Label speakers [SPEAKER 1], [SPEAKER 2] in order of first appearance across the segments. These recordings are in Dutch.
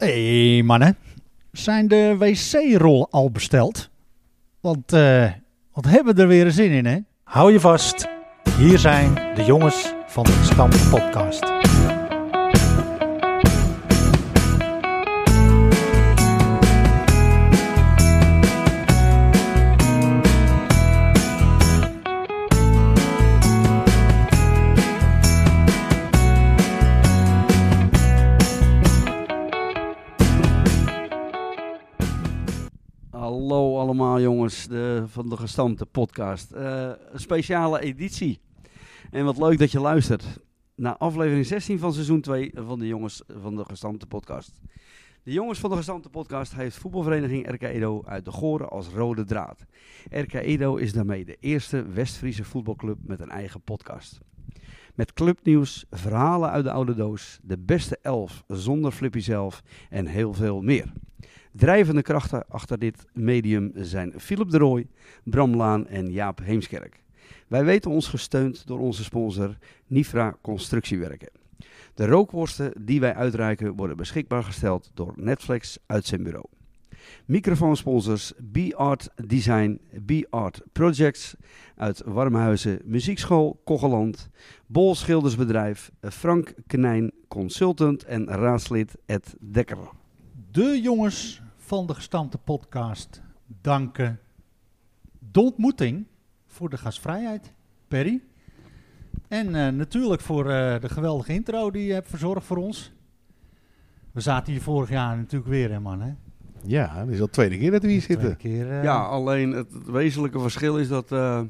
[SPEAKER 1] Hé hey, mannen, zijn de wc-rollen al besteld? Want eh, wat hebben we er weer zin in, hè?
[SPEAKER 2] Hou je vast. Hier zijn de jongens van de Stam Podcast.
[SPEAKER 3] Hallo allemaal jongens de, van de gestampte podcast. Eh, een speciale editie. En wat leuk dat je luistert. Naar aflevering 16 van seizoen 2 van de jongens van de gestampte podcast. De jongens van de gestampte podcast heeft voetbalvereniging RK Edo uit de Goren als rode draad. RK Edo is daarmee de eerste West-Friese voetbalclub met een eigen podcast. Met clubnieuws, verhalen uit de oude doos, de beste elf zonder Flippy zelf en heel veel meer. Drijvende krachten achter dit medium zijn Philip de Rooij, Bram Laan en Jaap Heemskerk. Wij weten ons gesteund door onze sponsor Nifra Constructiewerken. De rookworsten die wij uitreiken worden beschikbaar gesteld door Netflix uit zijn bureau. Microfoonsponsors B-Art Design, B-Art Projects uit Warmhuizen Muziekschool Kogeland, Bol Schildersbedrijf, Frank Knijn Consultant en raadslid Ed Dekker.
[SPEAKER 1] De jongens van de gestampte podcast danken de ontmoeting voor de gastvrijheid, Perry. En eh, natuurlijk voor eh, de geweldige intro die je hebt verzorgd voor ons. We zaten hier vorig jaar natuurlijk weer, hè man, hè?
[SPEAKER 4] Ja, dat is al de tweede keer dat we hier
[SPEAKER 1] Twee
[SPEAKER 4] zitten.
[SPEAKER 1] keer, eh,
[SPEAKER 3] Ja, alleen het wezenlijke verschil is dat eh,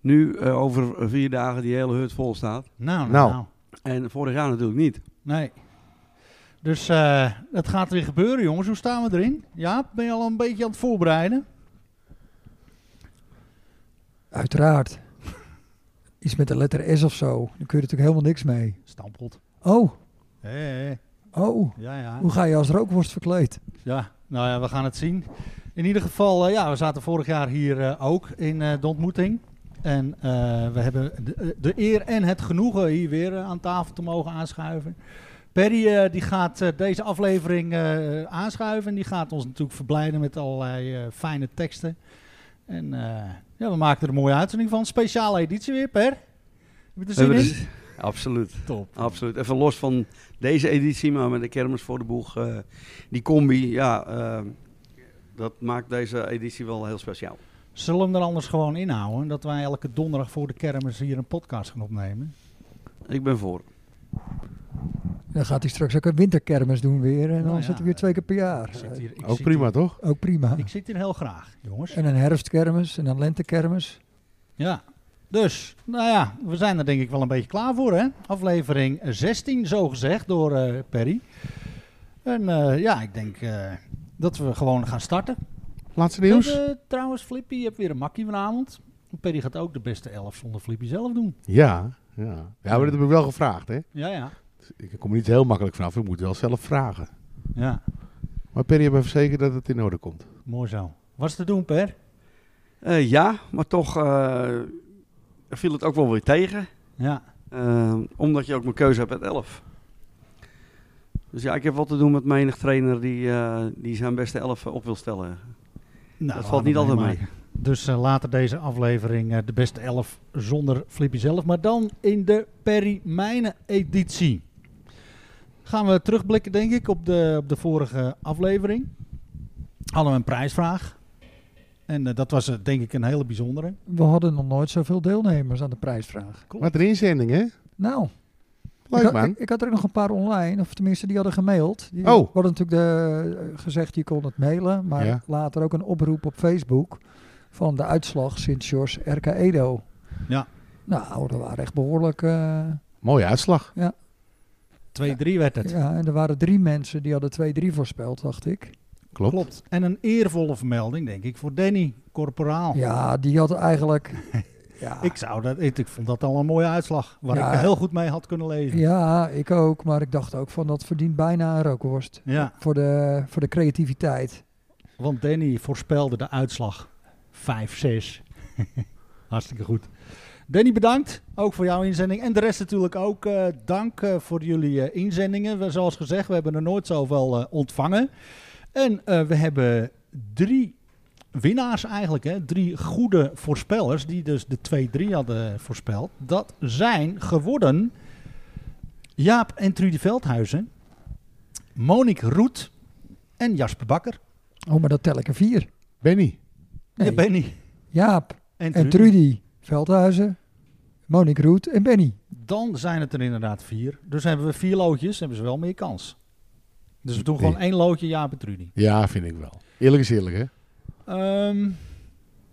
[SPEAKER 3] nu eh, over vier dagen die hele hut vol staat.
[SPEAKER 1] nou, nou.
[SPEAKER 4] Nou.
[SPEAKER 1] nou.
[SPEAKER 3] En vorig jaar natuurlijk niet.
[SPEAKER 1] Nee. Dus eh dat gaat weer gebeuren, jongens. Hoe staan we erin? Jaap, ben je al een beetje aan het voorbereiden?
[SPEAKER 5] Uiteraard. Iets met de letter S of zo. Daar kun je natuurlijk helemaal niks mee.
[SPEAKER 1] Stampelt.
[SPEAKER 5] Oh,
[SPEAKER 1] Hé, hé, hé.
[SPEAKER 5] oh.
[SPEAKER 1] ja, ja.
[SPEAKER 5] Hoe ga je als rookworst verkleed?
[SPEAKER 1] Ja, nou ja, we gaan het zien. In ieder geval, eh, ja, we zaten vorig jaar hier eh, ook in eh, de ontmoeting. En eh, we hebben de, de eer en het genoegen hier weer eh, aan tafel te mogen aanschuiven. Perry eh, die gaat eh, deze aflevering eh, aanschuiven. En die gaat ons natuurlijk verblijden met allerlei eh, fijne teksten. En eh, ja, we maken er een mooie uitzending van. Speciale editie weer, Per. Heb je er zin
[SPEAKER 3] Hebben
[SPEAKER 1] in?
[SPEAKER 3] we dus- absoluut,
[SPEAKER 1] Top.
[SPEAKER 3] absoluut. Even los van deze editie, maar met de kermis voor de boeg. eh, die combi, ja, eh, dat maakt deze editie wel heel speciaal.
[SPEAKER 1] Zullen we hem er anders gewoon inhouden? Dat wij elke donderdag voor de kermis hier een podcast gaan opnemen.
[SPEAKER 3] Ik ben voor.
[SPEAKER 5] Dan gaat hij straks ook een winterkermis doen weer. En dan
[SPEAKER 1] Nou ja,
[SPEAKER 5] zit hij weer twee keer per
[SPEAKER 1] Ik
[SPEAKER 5] jaar. Eh,
[SPEAKER 1] zit hier- ik
[SPEAKER 4] Ook
[SPEAKER 1] zit
[SPEAKER 4] Oh, prima, toch?
[SPEAKER 5] Ook prima.
[SPEAKER 1] hier- ik zit hier heel graag, jongens.
[SPEAKER 5] En een herfstkermis en een lentekermis.
[SPEAKER 1] Ja. Dus, nou ja, we zijn er denk ik wel een beetje klaar voor, hè? Aflevering 16, zo gezegd, door eh, Perry. En eh, ja, ik denk eh, dat we gewoon gaan starten.
[SPEAKER 4] Laatste nieuws?
[SPEAKER 1] Eh, trouwens, Flippy, je hebt weer een makkie vanavond. Perry gaat ook de beste elf zonder Flippy zelf doen.
[SPEAKER 4] Ja, ja. Ja, maar dat heb ik wel gevraagd, hè.
[SPEAKER 1] Ja, ja.
[SPEAKER 4] Dus Ik kom er niet heel makkelijk vanaf. Ik moet wel zelf vragen.
[SPEAKER 1] Ja,
[SPEAKER 4] Maar Perry heeft me verzekerd dat het in orde komt.
[SPEAKER 1] mooi zo. Was te doen, Per?
[SPEAKER 3] Eh, ja, maar toch eh, viel het ook wel weer tegen.
[SPEAKER 1] Ja.
[SPEAKER 3] Eh, omdat je ook mijn keuze hebt met 11. Dus ja, ik heb wat te doen met menig trainer die, eh, die zijn beste 11 op wil stellen.
[SPEAKER 1] Nou,
[SPEAKER 3] Dat valt niet altijd mee.
[SPEAKER 1] meemaken. Dus eh, later deze aflevering eh, de beste elf zonder Flippy zelf. Maar dan in de Perry Mijnen editie. Gaan we terugblikken denk ik op de, op de vorige aflevering. Hadden we een prijsvraag. En eh, dat was eh, denk ik een hele bijzondere.
[SPEAKER 5] We hadden nog nooit zoveel deelnemers aan de prijsvraag.
[SPEAKER 1] Klopt.
[SPEAKER 4] Wat een inzending, hè?
[SPEAKER 5] Nou, ik,
[SPEAKER 4] Leuk,
[SPEAKER 5] had,
[SPEAKER 4] man.
[SPEAKER 5] ik, ik had er ook nog een paar online. Of tenminste, die hadden gemaild. Die
[SPEAKER 4] Oh.
[SPEAKER 5] hadden natuurlijk de, eh, gezegd, je kon het mailen. Maar
[SPEAKER 4] Ja.
[SPEAKER 5] later ook een oproep op Facebook van de uitslag Sint-George RK Edo.
[SPEAKER 1] Ja.
[SPEAKER 5] Nou, dat waren echt behoorlijk... eh,
[SPEAKER 4] Mooie uitslag.
[SPEAKER 1] 2-3 werd het.
[SPEAKER 5] Ja, en er waren drie mensen die hadden 2-3 voorspeld, dacht ik.
[SPEAKER 4] Klopt.
[SPEAKER 1] Klopt. En een eervolle vermelding denk ik voor Danny, corporaal.
[SPEAKER 5] Ja, die had eigenlijk... Ja,
[SPEAKER 1] Oh. Ik, zou dat, ik, ik vond dat al een mooie uitslag. Waar
[SPEAKER 5] Ja.
[SPEAKER 1] ik heel goed mee had kunnen lezen.
[SPEAKER 5] ja, ik ook. Maar ik dacht ook van dat verdient bijna een rookworst.
[SPEAKER 1] ja.
[SPEAKER 5] Voor de, voor de creativiteit.
[SPEAKER 1] Want Danny voorspelde de uitslag 5-6. Hartstikke goed. Danny, bedankt. Ook voor jouw inzending. En de rest natuurlijk ook eh, dank eh, voor jullie eh, inzendingen. We, zoals gezegd, we hebben er nooit zoveel eh, ontvangen. En eh, we hebben drie winnaars eigenlijk. Hè? Drie goede voorspellers die dus de 2-3 hadden voorspeld. Dat zijn geworden Jaap en Trudy Veldhuizen. Monique Roet en Jasper Bakker.
[SPEAKER 5] Oh, maar dat tel ik er vier.
[SPEAKER 4] Benny.
[SPEAKER 5] Nee,
[SPEAKER 1] Ja, Benny.
[SPEAKER 5] Jaap en Trudy Veldhuizen, Monique Roet en Benny.
[SPEAKER 1] Dan zijn het er inderdaad vier. Dus hebben we vier loodjes, hebben ze wel meer kans. Dus we doen gewoon
[SPEAKER 4] Nee.
[SPEAKER 1] één loodje, Jaap en Trudy.
[SPEAKER 4] Ja, vind ik wel. Eerlijk is eerlijk, hè?
[SPEAKER 1] Ehm,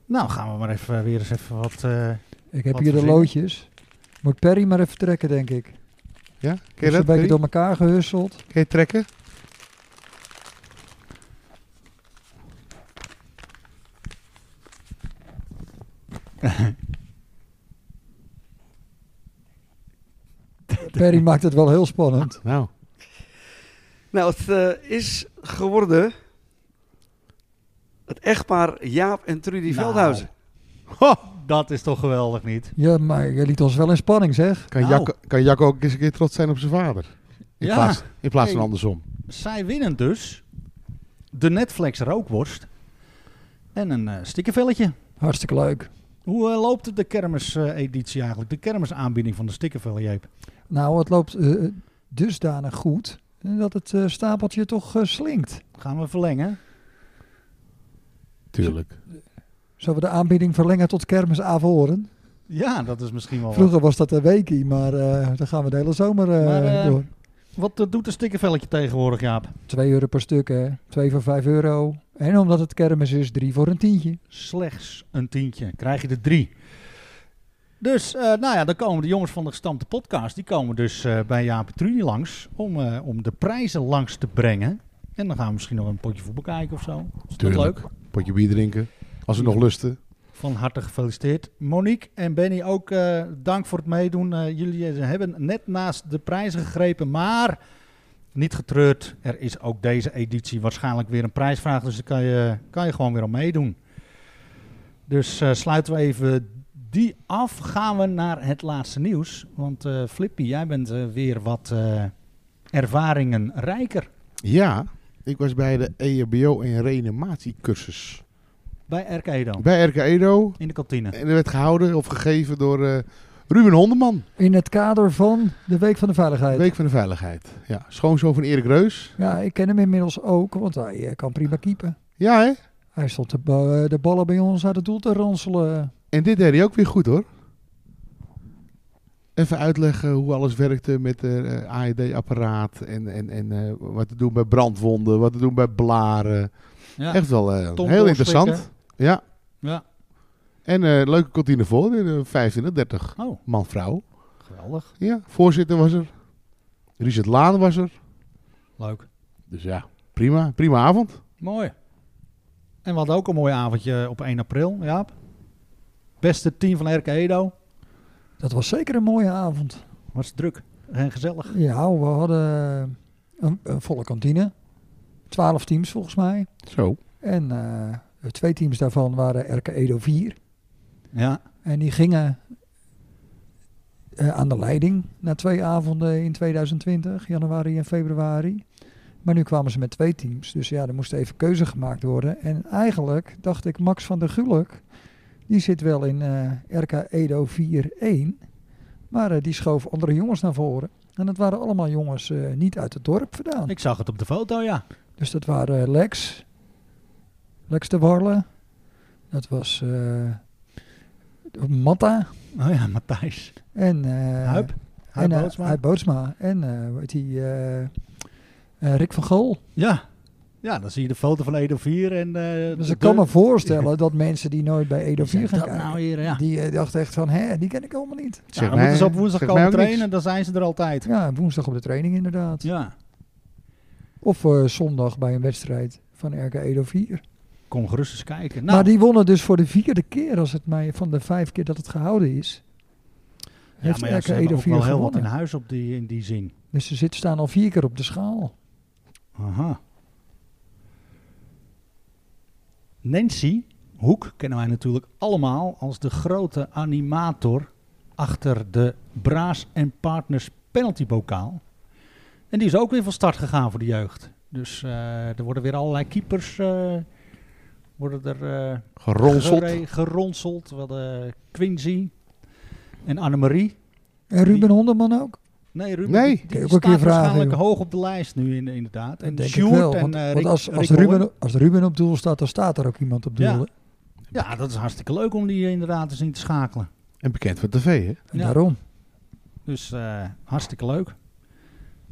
[SPEAKER 1] nou, gaan we maar even weer eens even wat... eh,
[SPEAKER 5] Ik heb
[SPEAKER 1] Wat
[SPEAKER 5] hier de
[SPEAKER 1] verzinnen?
[SPEAKER 5] loodjes. Moet Perry maar even trekken, denk ik. Is
[SPEAKER 4] Ja? Kun je dat,
[SPEAKER 5] een beetje
[SPEAKER 4] Perry?
[SPEAKER 5] door elkaar gehusteld.
[SPEAKER 4] Kun je trekken?
[SPEAKER 5] Perry maakt het wel heel spannend.
[SPEAKER 4] Nou,
[SPEAKER 3] Nou, het eh, is geworden het echtpaar Jaap en Trudy
[SPEAKER 1] Nou.
[SPEAKER 3] Veldhuizen.
[SPEAKER 1] dat is toch geweldig niet?
[SPEAKER 5] Ja, maar je liet ons wel in spanning, zeg.
[SPEAKER 4] kan,
[SPEAKER 1] Nou.
[SPEAKER 4] Jacco, kan Jacco ook eens een keer trots zijn op zijn vader? In
[SPEAKER 1] Ja.
[SPEAKER 4] plaats, in plaats van
[SPEAKER 1] Hey.
[SPEAKER 4] andersom.
[SPEAKER 1] Zij winnen dus de Netflix rookworst en een eh stikkervelletje.
[SPEAKER 5] Hartstikke leuk.
[SPEAKER 1] Hoe eh, loopt het de kermiseditie eigenlijk? De kermisaanbieding van de stikkervellen, Jeep?
[SPEAKER 5] Nou, het loopt eh, dusdanig goed eh, dat het eh, stapeltje toch eh, slinkt.
[SPEAKER 1] Gaan we verlengen?
[SPEAKER 4] Tuurlijk.
[SPEAKER 5] Zullen we de aanbieding verlengen tot kermis Avoren?
[SPEAKER 1] Ja, dat is misschien wel wat.
[SPEAKER 5] Vroeger was dat een weekie, maar eh dan gaan we de hele zomer eh,
[SPEAKER 1] Maar, eh,
[SPEAKER 5] door.
[SPEAKER 1] Wat eh, doet een stikkervelletje tegenwoordig, Jaap?
[SPEAKER 5] 2 euro per stuk, hè? 2 voor 5 euro. En omdat het kermis is, 3 voor een tientje.
[SPEAKER 1] Slechts een tientje. Krijg je er drie. Dus, eh, nou ja, dan komen de jongens van de gestampte podcast. Die komen dus eh, bij Jaap en Trudy langs. Om, eh, om de prijzen langs te brengen. En dan gaan we misschien nog een potje voetbal kijken of zo. Is dat
[SPEAKER 4] Tuurlijk.
[SPEAKER 1] leuk?
[SPEAKER 4] Potje bier drinken. Als we
[SPEAKER 1] Bier.
[SPEAKER 4] nog lusten.
[SPEAKER 1] Van harte gefeliciteerd. Monique en Benny ook eh, dank voor het meedoen. Eh, jullie eh, hebben net naast de prijzen gegrepen, maar niet getreurd. Er is ook deze editie waarschijnlijk weer een prijsvraag, dus daar kan je, kan je gewoon weer aan meedoen. Dus eh, sluiten we even die af. Gaan we naar het laatste nieuws. Want eh Flippy, jij bent eh, weer wat eh, ervaringen rijker
[SPEAKER 4] Ja, ik was bij de E EHBO en reanimatiecursus.
[SPEAKER 1] bij RK dan,
[SPEAKER 4] Bij RK Edo.
[SPEAKER 1] in de kantine.
[SPEAKER 4] En dat werd gehouden of gegeven door eh, Ruben Hondeman.
[SPEAKER 5] In het kader van de Week van de Veiligheid.
[SPEAKER 4] Week van de Veiligheid. Ja, schoonzoon van Erik Reus.
[SPEAKER 5] Ja, ik ken hem inmiddels ook, want hij eh, kan prima keepen.
[SPEAKER 4] Ja, hè?
[SPEAKER 5] Hij stond de, ba- eh, de ballen bij ons uit het doel te ronselen.
[SPEAKER 4] En dit deed hij ook weer goed, hoor. Even uitleggen hoe alles werkte met eh, het AED-apparaat. E En, en, en eh, wat te doen bij brandwonden, wat te doen bij blaren.
[SPEAKER 1] Ja,
[SPEAKER 4] Echt wel eh,
[SPEAKER 1] Tom
[SPEAKER 4] heel
[SPEAKER 1] doorslikken.
[SPEAKER 4] interessant. Ja.
[SPEAKER 1] Ja.
[SPEAKER 4] En eh, leuke kantine vol, eh, 25, 30
[SPEAKER 1] Oh,
[SPEAKER 4] man-vrouw.
[SPEAKER 1] geweldig.
[SPEAKER 4] Ja, voorzitter was er. Richard Laan was er.
[SPEAKER 1] Leuk.
[SPEAKER 4] Dus ja, prima. Prima avond.
[SPEAKER 1] Mooi. En we hadden ook een mooi avondje op 1 april, Jaap. Beste team van RK Edo.
[SPEAKER 5] Dat was zeker een mooie avond.
[SPEAKER 1] Was druk en gezellig.
[SPEAKER 5] Ja, we hadden eh, een, een volle kantine. Twaalf teams volgens mij.
[SPEAKER 4] Zo.
[SPEAKER 5] En eh, twee teams daarvan waren RK Edo 4.
[SPEAKER 1] Ja,
[SPEAKER 5] En die gingen eh, aan de leiding na twee avonden in 2020, januari en februari. Maar nu kwamen ze met twee teams. Dus ja, er moest even keuze gemaakt worden. En eigenlijk dacht ik, Max van der Gulik, die zit wel in eh, RK Edo 4-1. Maar eh, die schoof andere jongens naar voren. En dat waren allemaal jongens eh, niet uit het dorp vandaan.
[SPEAKER 1] ik zag het op de foto, ja.
[SPEAKER 5] Dus dat waren Lex, Lex de Warle. Dat was eh, Matta.
[SPEAKER 1] Oh ja, Matthijs.
[SPEAKER 5] En, eh,
[SPEAKER 1] Huip. Huip
[SPEAKER 5] en, eh,
[SPEAKER 1] Bootsma.
[SPEAKER 5] Huip Bootsma. En eh, hoe heet die, eh, eh, Rick van Gool.
[SPEAKER 1] Ja. ja, dan zie je de foto van Edo 4. En, eh
[SPEAKER 5] Dus
[SPEAKER 1] de-
[SPEAKER 5] ik kan me voorstellen dat mensen die nooit bij Edo 4 gaan
[SPEAKER 1] dat
[SPEAKER 5] kijken,
[SPEAKER 1] nou hier, ja.
[SPEAKER 5] die eh, dachten echt van, hè, die ken ik allemaal niet.
[SPEAKER 1] Ja, dan moeten ze op woensdag komen trainen, dan zijn ze er altijd.
[SPEAKER 5] Ja, woensdag op de training inderdaad.
[SPEAKER 1] Ja,
[SPEAKER 5] Of eh, zondag bij een wedstrijd van RK Edo
[SPEAKER 1] Nou.
[SPEAKER 5] 4.
[SPEAKER 1] kom gerust eens kijken.
[SPEAKER 5] Maar
[SPEAKER 1] Nou,
[SPEAKER 5] die wonnen dus voor de vierde keer, als het mij van de vijf keer dat het gehouden is.
[SPEAKER 1] ja,
[SPEAKER 5] Heeft
[SPEAKER 1] maar ja,
[SPEAKER 5] RK
[SPEAKER 1] ze
[SPEAKER 5] Edo
[SPEAKER 1] hebben ook
[SPEAKER 5] 4
[SPEAKER 1] wel heel wat in
[SPEAKER 5] gewonnen.
[SPEAKER 1] huis op die, in die zin.
[SPEAKER 5] Dus ze zitten staan al vier keer op de schaal.
[SPEAKER 1] Aha. Nancy Hoek kennen wij natuurlijk allemaal als de grote animator achter de Braas en Partners penaltybokaal. En die is ook weer van start gegaan voor de jeugd. Dus eh, er worden weer allerlei keepers eh, worden er, eh,
[SPEAKER 4] Geronseld.
[SPEAKER 1] gere- geronseld. We hadden Quincy en Annemarie.
[SPEAKER 5] En Ruben Honderman ook?
[SPEAKER 1] Nee, Ruben
[SPEAKER 4] Nee.
[SPEAKER 1] die,
[SPEAKER 5] Kun
[SPEAKER 1] die
[SPEAKER 5] je ook een
[SPEAKER 1] staat
[SPEAKER 5] keer vragen,
[SPEAKER 1] waarschijnlijk
[SPEAKER 5] joh.
[SPEAKER 1] hoog op de lijst nu in, inderdaad. En
[SPEAKER 5] Denk ik
[SPEAKER 1] Sjoerd
[SPEAKER 5] wel,
[SPEAKER 1] en
[SPEAKER 5] want,
[SPEAKER 1] eh,
[SPEAKER 5] want
[SPEAKER 1] Rick-
[SPEAKER 5] als, als,
[SPEAKER 1] Rick Owen.
[SPEAKER 5] Ruben, als Ruben op doel staat, dan staat er ook iemand op doel.
[SPEAKER 1] Ja.
[SPEAKER 5] hè?
[SPEAKER 1] Ja, dat is hartstikke leuk om die eh, inderdaad eens in te schakelen.
[SPEAKER 4] En bekend van tv, hè?
[SPEAKER 5] En
[SPEAKER 1] Ja.
[SPEAKER 5] Daarom.
[SPEAKER 1] Dus eh, hartstikke leuk.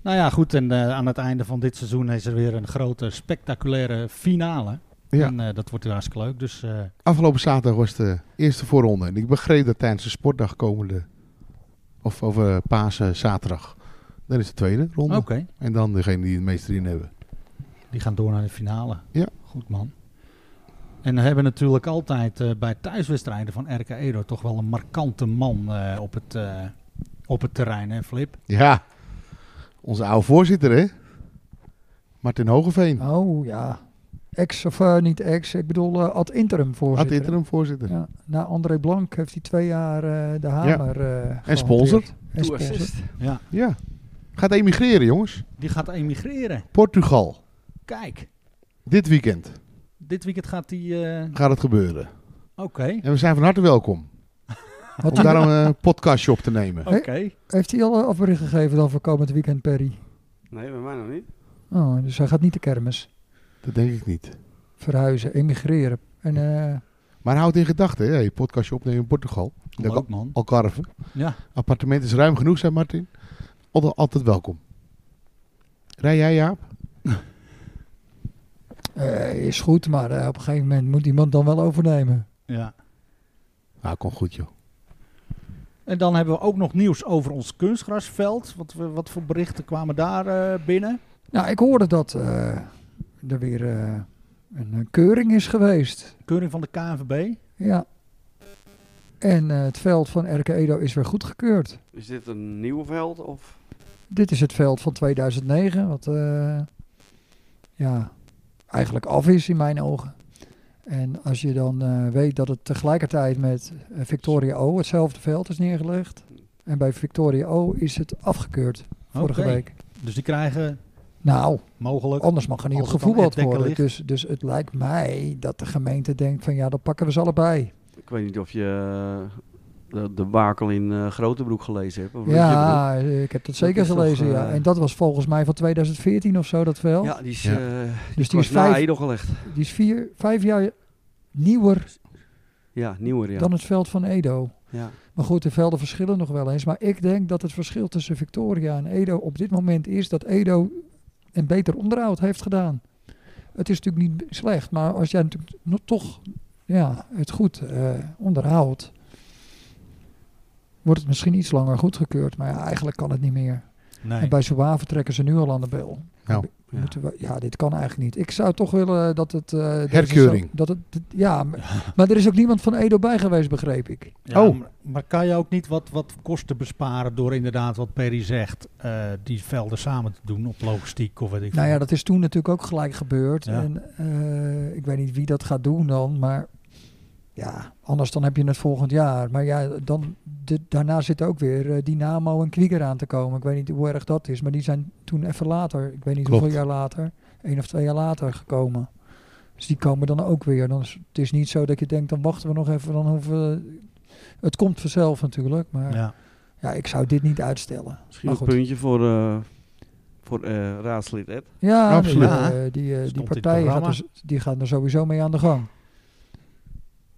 [SPEAKER 1] Nou ja, goed. En eh, aan het einde van dit seizoen is er weer een grote, spectaculaire finale.
[SPEAKER 4] Ja.
[SPEAKER 1] En eh, dat wordt weer hartstikke leuk. Dus eh,
[SPEAKER 4] Afgelopen zaterdag was de eerste voorronde. En ik begreep dat tijdens de sportdag komende... Of over Pasen zaterdag. Dan is de tweede ronde.
[SPEAKER 1] oké,
[SPEAKER 4] En dan degene die het meeste erin hebben.
[SPEAKER 1] die gaan door naar de finale.
[SPEAKER 4] Ja.
[SPEAKER 1] Goed man. En we hebben natuurlijk altijd eh, bij thuiswedstrijden van RK Edo toch wel een markante man eh, op, het, eh, op het terrein, hè Flip?
[SPEAKER 4] Ja. Onze oude voorzitter, hè? Martin Hogeveen.
[SPEAKER 5] Oh ja. Ex of eh, niet ex, ik bedoel eh, ad interim
[SPEAKER 4] Had
[SPEAKER 5] voorzitter.
[SPEAKER 4] interim voorzitter.
[SPEAKER 5] Ja. Na André Blank heeft hij twee jaar eh, de hamer eh, gehanteerd.
[SPEAKER 4] sponsor.
[SPEAKER 5] En
[SPEAKER 3] Toe
[SPEAKER 5] sponsor.
[SPEAKER 3] assist.
[SPEAKER 1] Ja.
[SPEAKER 4] Ja. Gaat emigreren, jongens.
[SPEAKER 1] Die gaat emigreren.
[SPEAKER 4] Portugal.
[SPEAKER 1] Kijk,
[SPEAKER 4] Dit weekend
[SPEAKER 1] dit weekend gaat die... eh,
[SPEAKER 4] gaat het gebeuren.
[SPEAKER 1] Oké,
[SPEAKER 4] En we zijn van harte welkom.
[SPEAKER 5] Had
[SPEAKER 4] Om
[SPEAKER 5] hij,
[SPEAKER 4] daar een eh, podcastje op te nemen.
[SPEAKER 1] oké.
[SPEAKER 5] heeft hij al eh, afbericht gegeven dan voor komend weekend, Perry?
[SPEAKER 3] Nee, bij mij nog niet.
[SPEAKER 5] Oh, dus hij gaat niet de kermis
[SPEAKER 4] Dat denk ik niet.
[SPEAKER 5] verhuizen, emigreren. En eh,
[SPEAKER 4] Maar houd in gedachten, hè, je podcastje opnemen in Portugal. Dat
[SPEAKER 1] Leuk
[SPEAKER 4] kan
[SPEAKER 1] man.
[SPEAKER 4] al karven.
[SPEAKER 1] Ja.
[SPEAKER 4] Appartement is ruim genoeg, zei Martin. Altijd, altijd welkom. Rij jij, Jaap?
[SPEAKER 5] eh, is goed, maar eh, op een gegeven moment moet iemand dan wel overnemen.
[SPEAKER 1] ja.
[SPEAKER 4] Nou, kom goed, joh.
[SPEAKER 1] En dan hebben we ook nog nieuws over ons kunstgrasveld. Wat, we- wat voor berichten kwamen daar eh, binnen?
[SPEAKER 5] Nou, ik hoorde dat eh, er weer eh, een eh, keuring is geweest.
[SPEAKER 1] Keuring van de KNVB.
[SPEAKER 5] Ja. En eh, het veld van RK Edo is weer goedgekeurd.
[SPEAKER 3] Is dit een nieuw veld of...
[SPEAKER 5] Dit is het veld van 2009, wat eh, ja, eigenlijk af is in mijn ogen. En als je dan eh, weet dat het tegelijkertijd met eh, Victoria O hetzelfde veld is neergelegd. En bij Victoria O is het afgekeurd vorige
[SPEAKER 1] Oké.
[SPEAKER 5] week.
[SPEAKER 1] Dus die krijgen
[SPEAKER 5] Nou,
[SPEAKER 1] mogelijk...
[SPEAKER 5] anders mag er niet op
[SPEAKER 1] Als het dan
[SPEAKER 5] gevoetbald
[SPEAKER 1] echt dekker
[SPEAKER 5] worden.
[SPEAKER 1] ligt.
[SPEAKER 5] Dus, dus het lijkt mij dat de gemeente denkt van ja, dan pakken we ze allebei.
[SPEAKER 3] Ik weet niet of je eh, de, de bakel in eh Grotebroek gelezen hebt. Of weet je wat ik bedoel?
[SPEAKER 5] Ja, eh, ik heb dat zeker
[SPEAKER 3] is toch,
[SPEAKER 5] gelezen. ja.
[SPEAKER 3] eh,
[SPEAKER 5] En dat was volgens mij van 2014 of zo, dat veld.
[SPEAKER 3] Ja, die is,
[SPEAKER 4] Ja.
[SPEAKER 3] eh,
[SPEAKER 5] dus die
[SPEAKER 3] was
[SPEAKER 5] is,
[SPEAKER 3] na
[SPEAKER 5] vijf,
[SPEAKER 3] Edel gelegd.
[SPEAKER 5] die is vier, vijf jaar nieuwer
[SPEAKER 3] Ja, nieuwer, ja.
[SPEAKER 5] dan het veld van Edo.
[SPEAKER 3] ja.
[SPEAKER 5] Maar goed, de velden verschillen nog wel eens. Maar ik denk dat het verschil tussen Victoria en Edo op dit moment is dat Edo een beter onderhoud heeft gedaan. Het is natuurlijk niet slecht, maar als jij natuurlijk nog toch ja, het goed eh, onderhoudt, wordt het misschien iets langer goedgekeurd. Maar ja, eigenlijk kan het niet meer.
[SPEAKER 1] Nee.
[SPEAKER 5] En bij Zouave trekken ze nu al aan de bel.
[SPEAKER 4] Nou,
[SPEAKER 3] ja.
[SPEAKER 5] Moeten we, ja, dit kan eigenlijk niet. Ik zou toch willen dat het... eh, deze
[SPEAKER 4] Herkeuring.
[SPEAKER 5] zou- Dat het, ja, maar, maar er is ook niemand van Edo bij geweest, begreep ik.
[SPEAKER 1] Ja,
[SPEAKER 4] Oh.
[SPEAKER 1] maar, maar kan je ook niet wat, wat kosten besparen door inderdaad wat Perry zegt... eh, die velden samen te doen op logistiek of weet ik
[SPEAKER 5] Nou ja,
[SPEAKER 1] veel.
[SPEAKER 5] dat is toen natuurlijk ook gelijk gebeurd.
[SPEAKER 1] Ja.
[SPEAKER 5] En eh, ik weet niet wie dat gaat doen dan, maar ja, anders dan heb je het volgend jaar. Maar ja, dan, de- daarna zit ook weer eh, Dynamo en Kwieker aan te komen. Ik weet niet hoe erg dat is, maar die zijn toen even later, ik weet niet
[SPEAKER 4] Klopt.
[SPEAKER 5] hoeveel jaar later, één of twee jaar later gekomen. Dus die komen dan ook weer. Dan is, het is niet zo dat je denkt, dan wachten we nog even, dan hoeven we... Het komt vanzelf natuurlijk, maar ja,
[SPEAKER 1] Ja.
[SPEAKER 5] ik zou dit niet uitstellen.
[SPEAKER 3] Misschien
[SPEAKER 5] Maar
[SPEAKER 3] een
[SPEAKER 5] goed.
[SPEAKER 3] puntje voor, eh, voor eh, raadslid Ed.
[SPEAKER 5] Ja,
[SPEAKER 4] Absoluut.
[SPEAKER 5] die, eh, die, eh,
[SPEAKER 1] Stond in
[SPEAKER 5] die
[SPEAKER 1] het
[SPEAKER 5] partijen gaat
[SPEAKER 1] programma.
[SPEAKER 5] er, die gaan er sowieso mee aan de gang.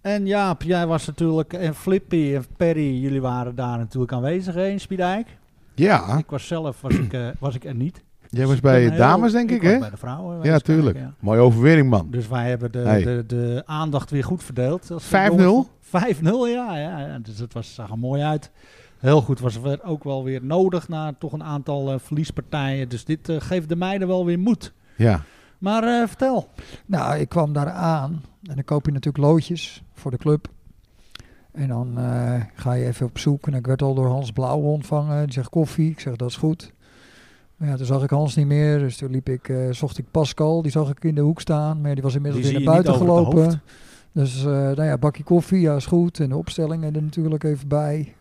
[SPEAKER 1] En Jaap, jij was natuurlijk... En Flippy en Perry, jullie waren daar natuurlijk aanwezig hè, in Spiedijk.
[SPEAKER 4] Ja,
[SPEAKER 1] Ik was zelf was ik, eh, was ik er niet.
[SPEAKER 4] jij was bij
[SPEAKER 1] Een
[SPEAKER 4] dames,
[SPEAKER 1] heel-
[SPEAKER 4] denk ik,
[SPEAKER 1] eh, was
[SPEAKER 4] hè?
[SPEAKER 1] bij de vrouwen.
[SPEAKER 4] Ja,
[SPEAKER 1] wedstrijd,
[SPEAKER 4] tuurlijk.
[SPEAKER 1] ja.
[SPEAKER 4] Mooie overwinning, man.
[SPEAKER 1] Dus wij hebben de,
[SPEAKER 4] Hey.
[SPEAKER 1] de, de aandacht weer goed verdeeld. Als we
[SPEAKER 4] 5-0?
[SPEAKER 1] jongens- 5-0, ja, ja, ja. Dus het was, zag er mooi uit. Heel goed. Was er ook wel weer nodig na toch een aantal eh, verliespartijen. Dus dit eh, geeft de meiden wel weer moed.
[SPEAKER 4] Ja.
[SPEAKER 1] Maar eh, vertel.
[SPEAKER 5] Nou, ik kwam daar aan en dan koop je natuurlijk loodjes voor de club. En dan eh, ga je even op zoek. En ik werd al door Hans Blauw ontvangen. Die zegt koffie. Ik zeg dat is goed. Maar ja, toen zag ik Hans niet meer. Dus toen liep ik, eh, zocht ik Pascal. Die zag ik in de hoek staan. Maar ja, die was inmiddels
[SPEAKER 1] Die
[SPEAKER 5] weer
[SPEAKER 1] zie
[SPEAKER 5] naar
[SPEAKER 1] je niet
[SPEAKER 5] buiten
[SPEAKER 1] over het
[SPEAKER 5] gelopen. Dus eh nou ja, bakje koffie, ja is goed. En de opstellingen er natuurlijk even bij.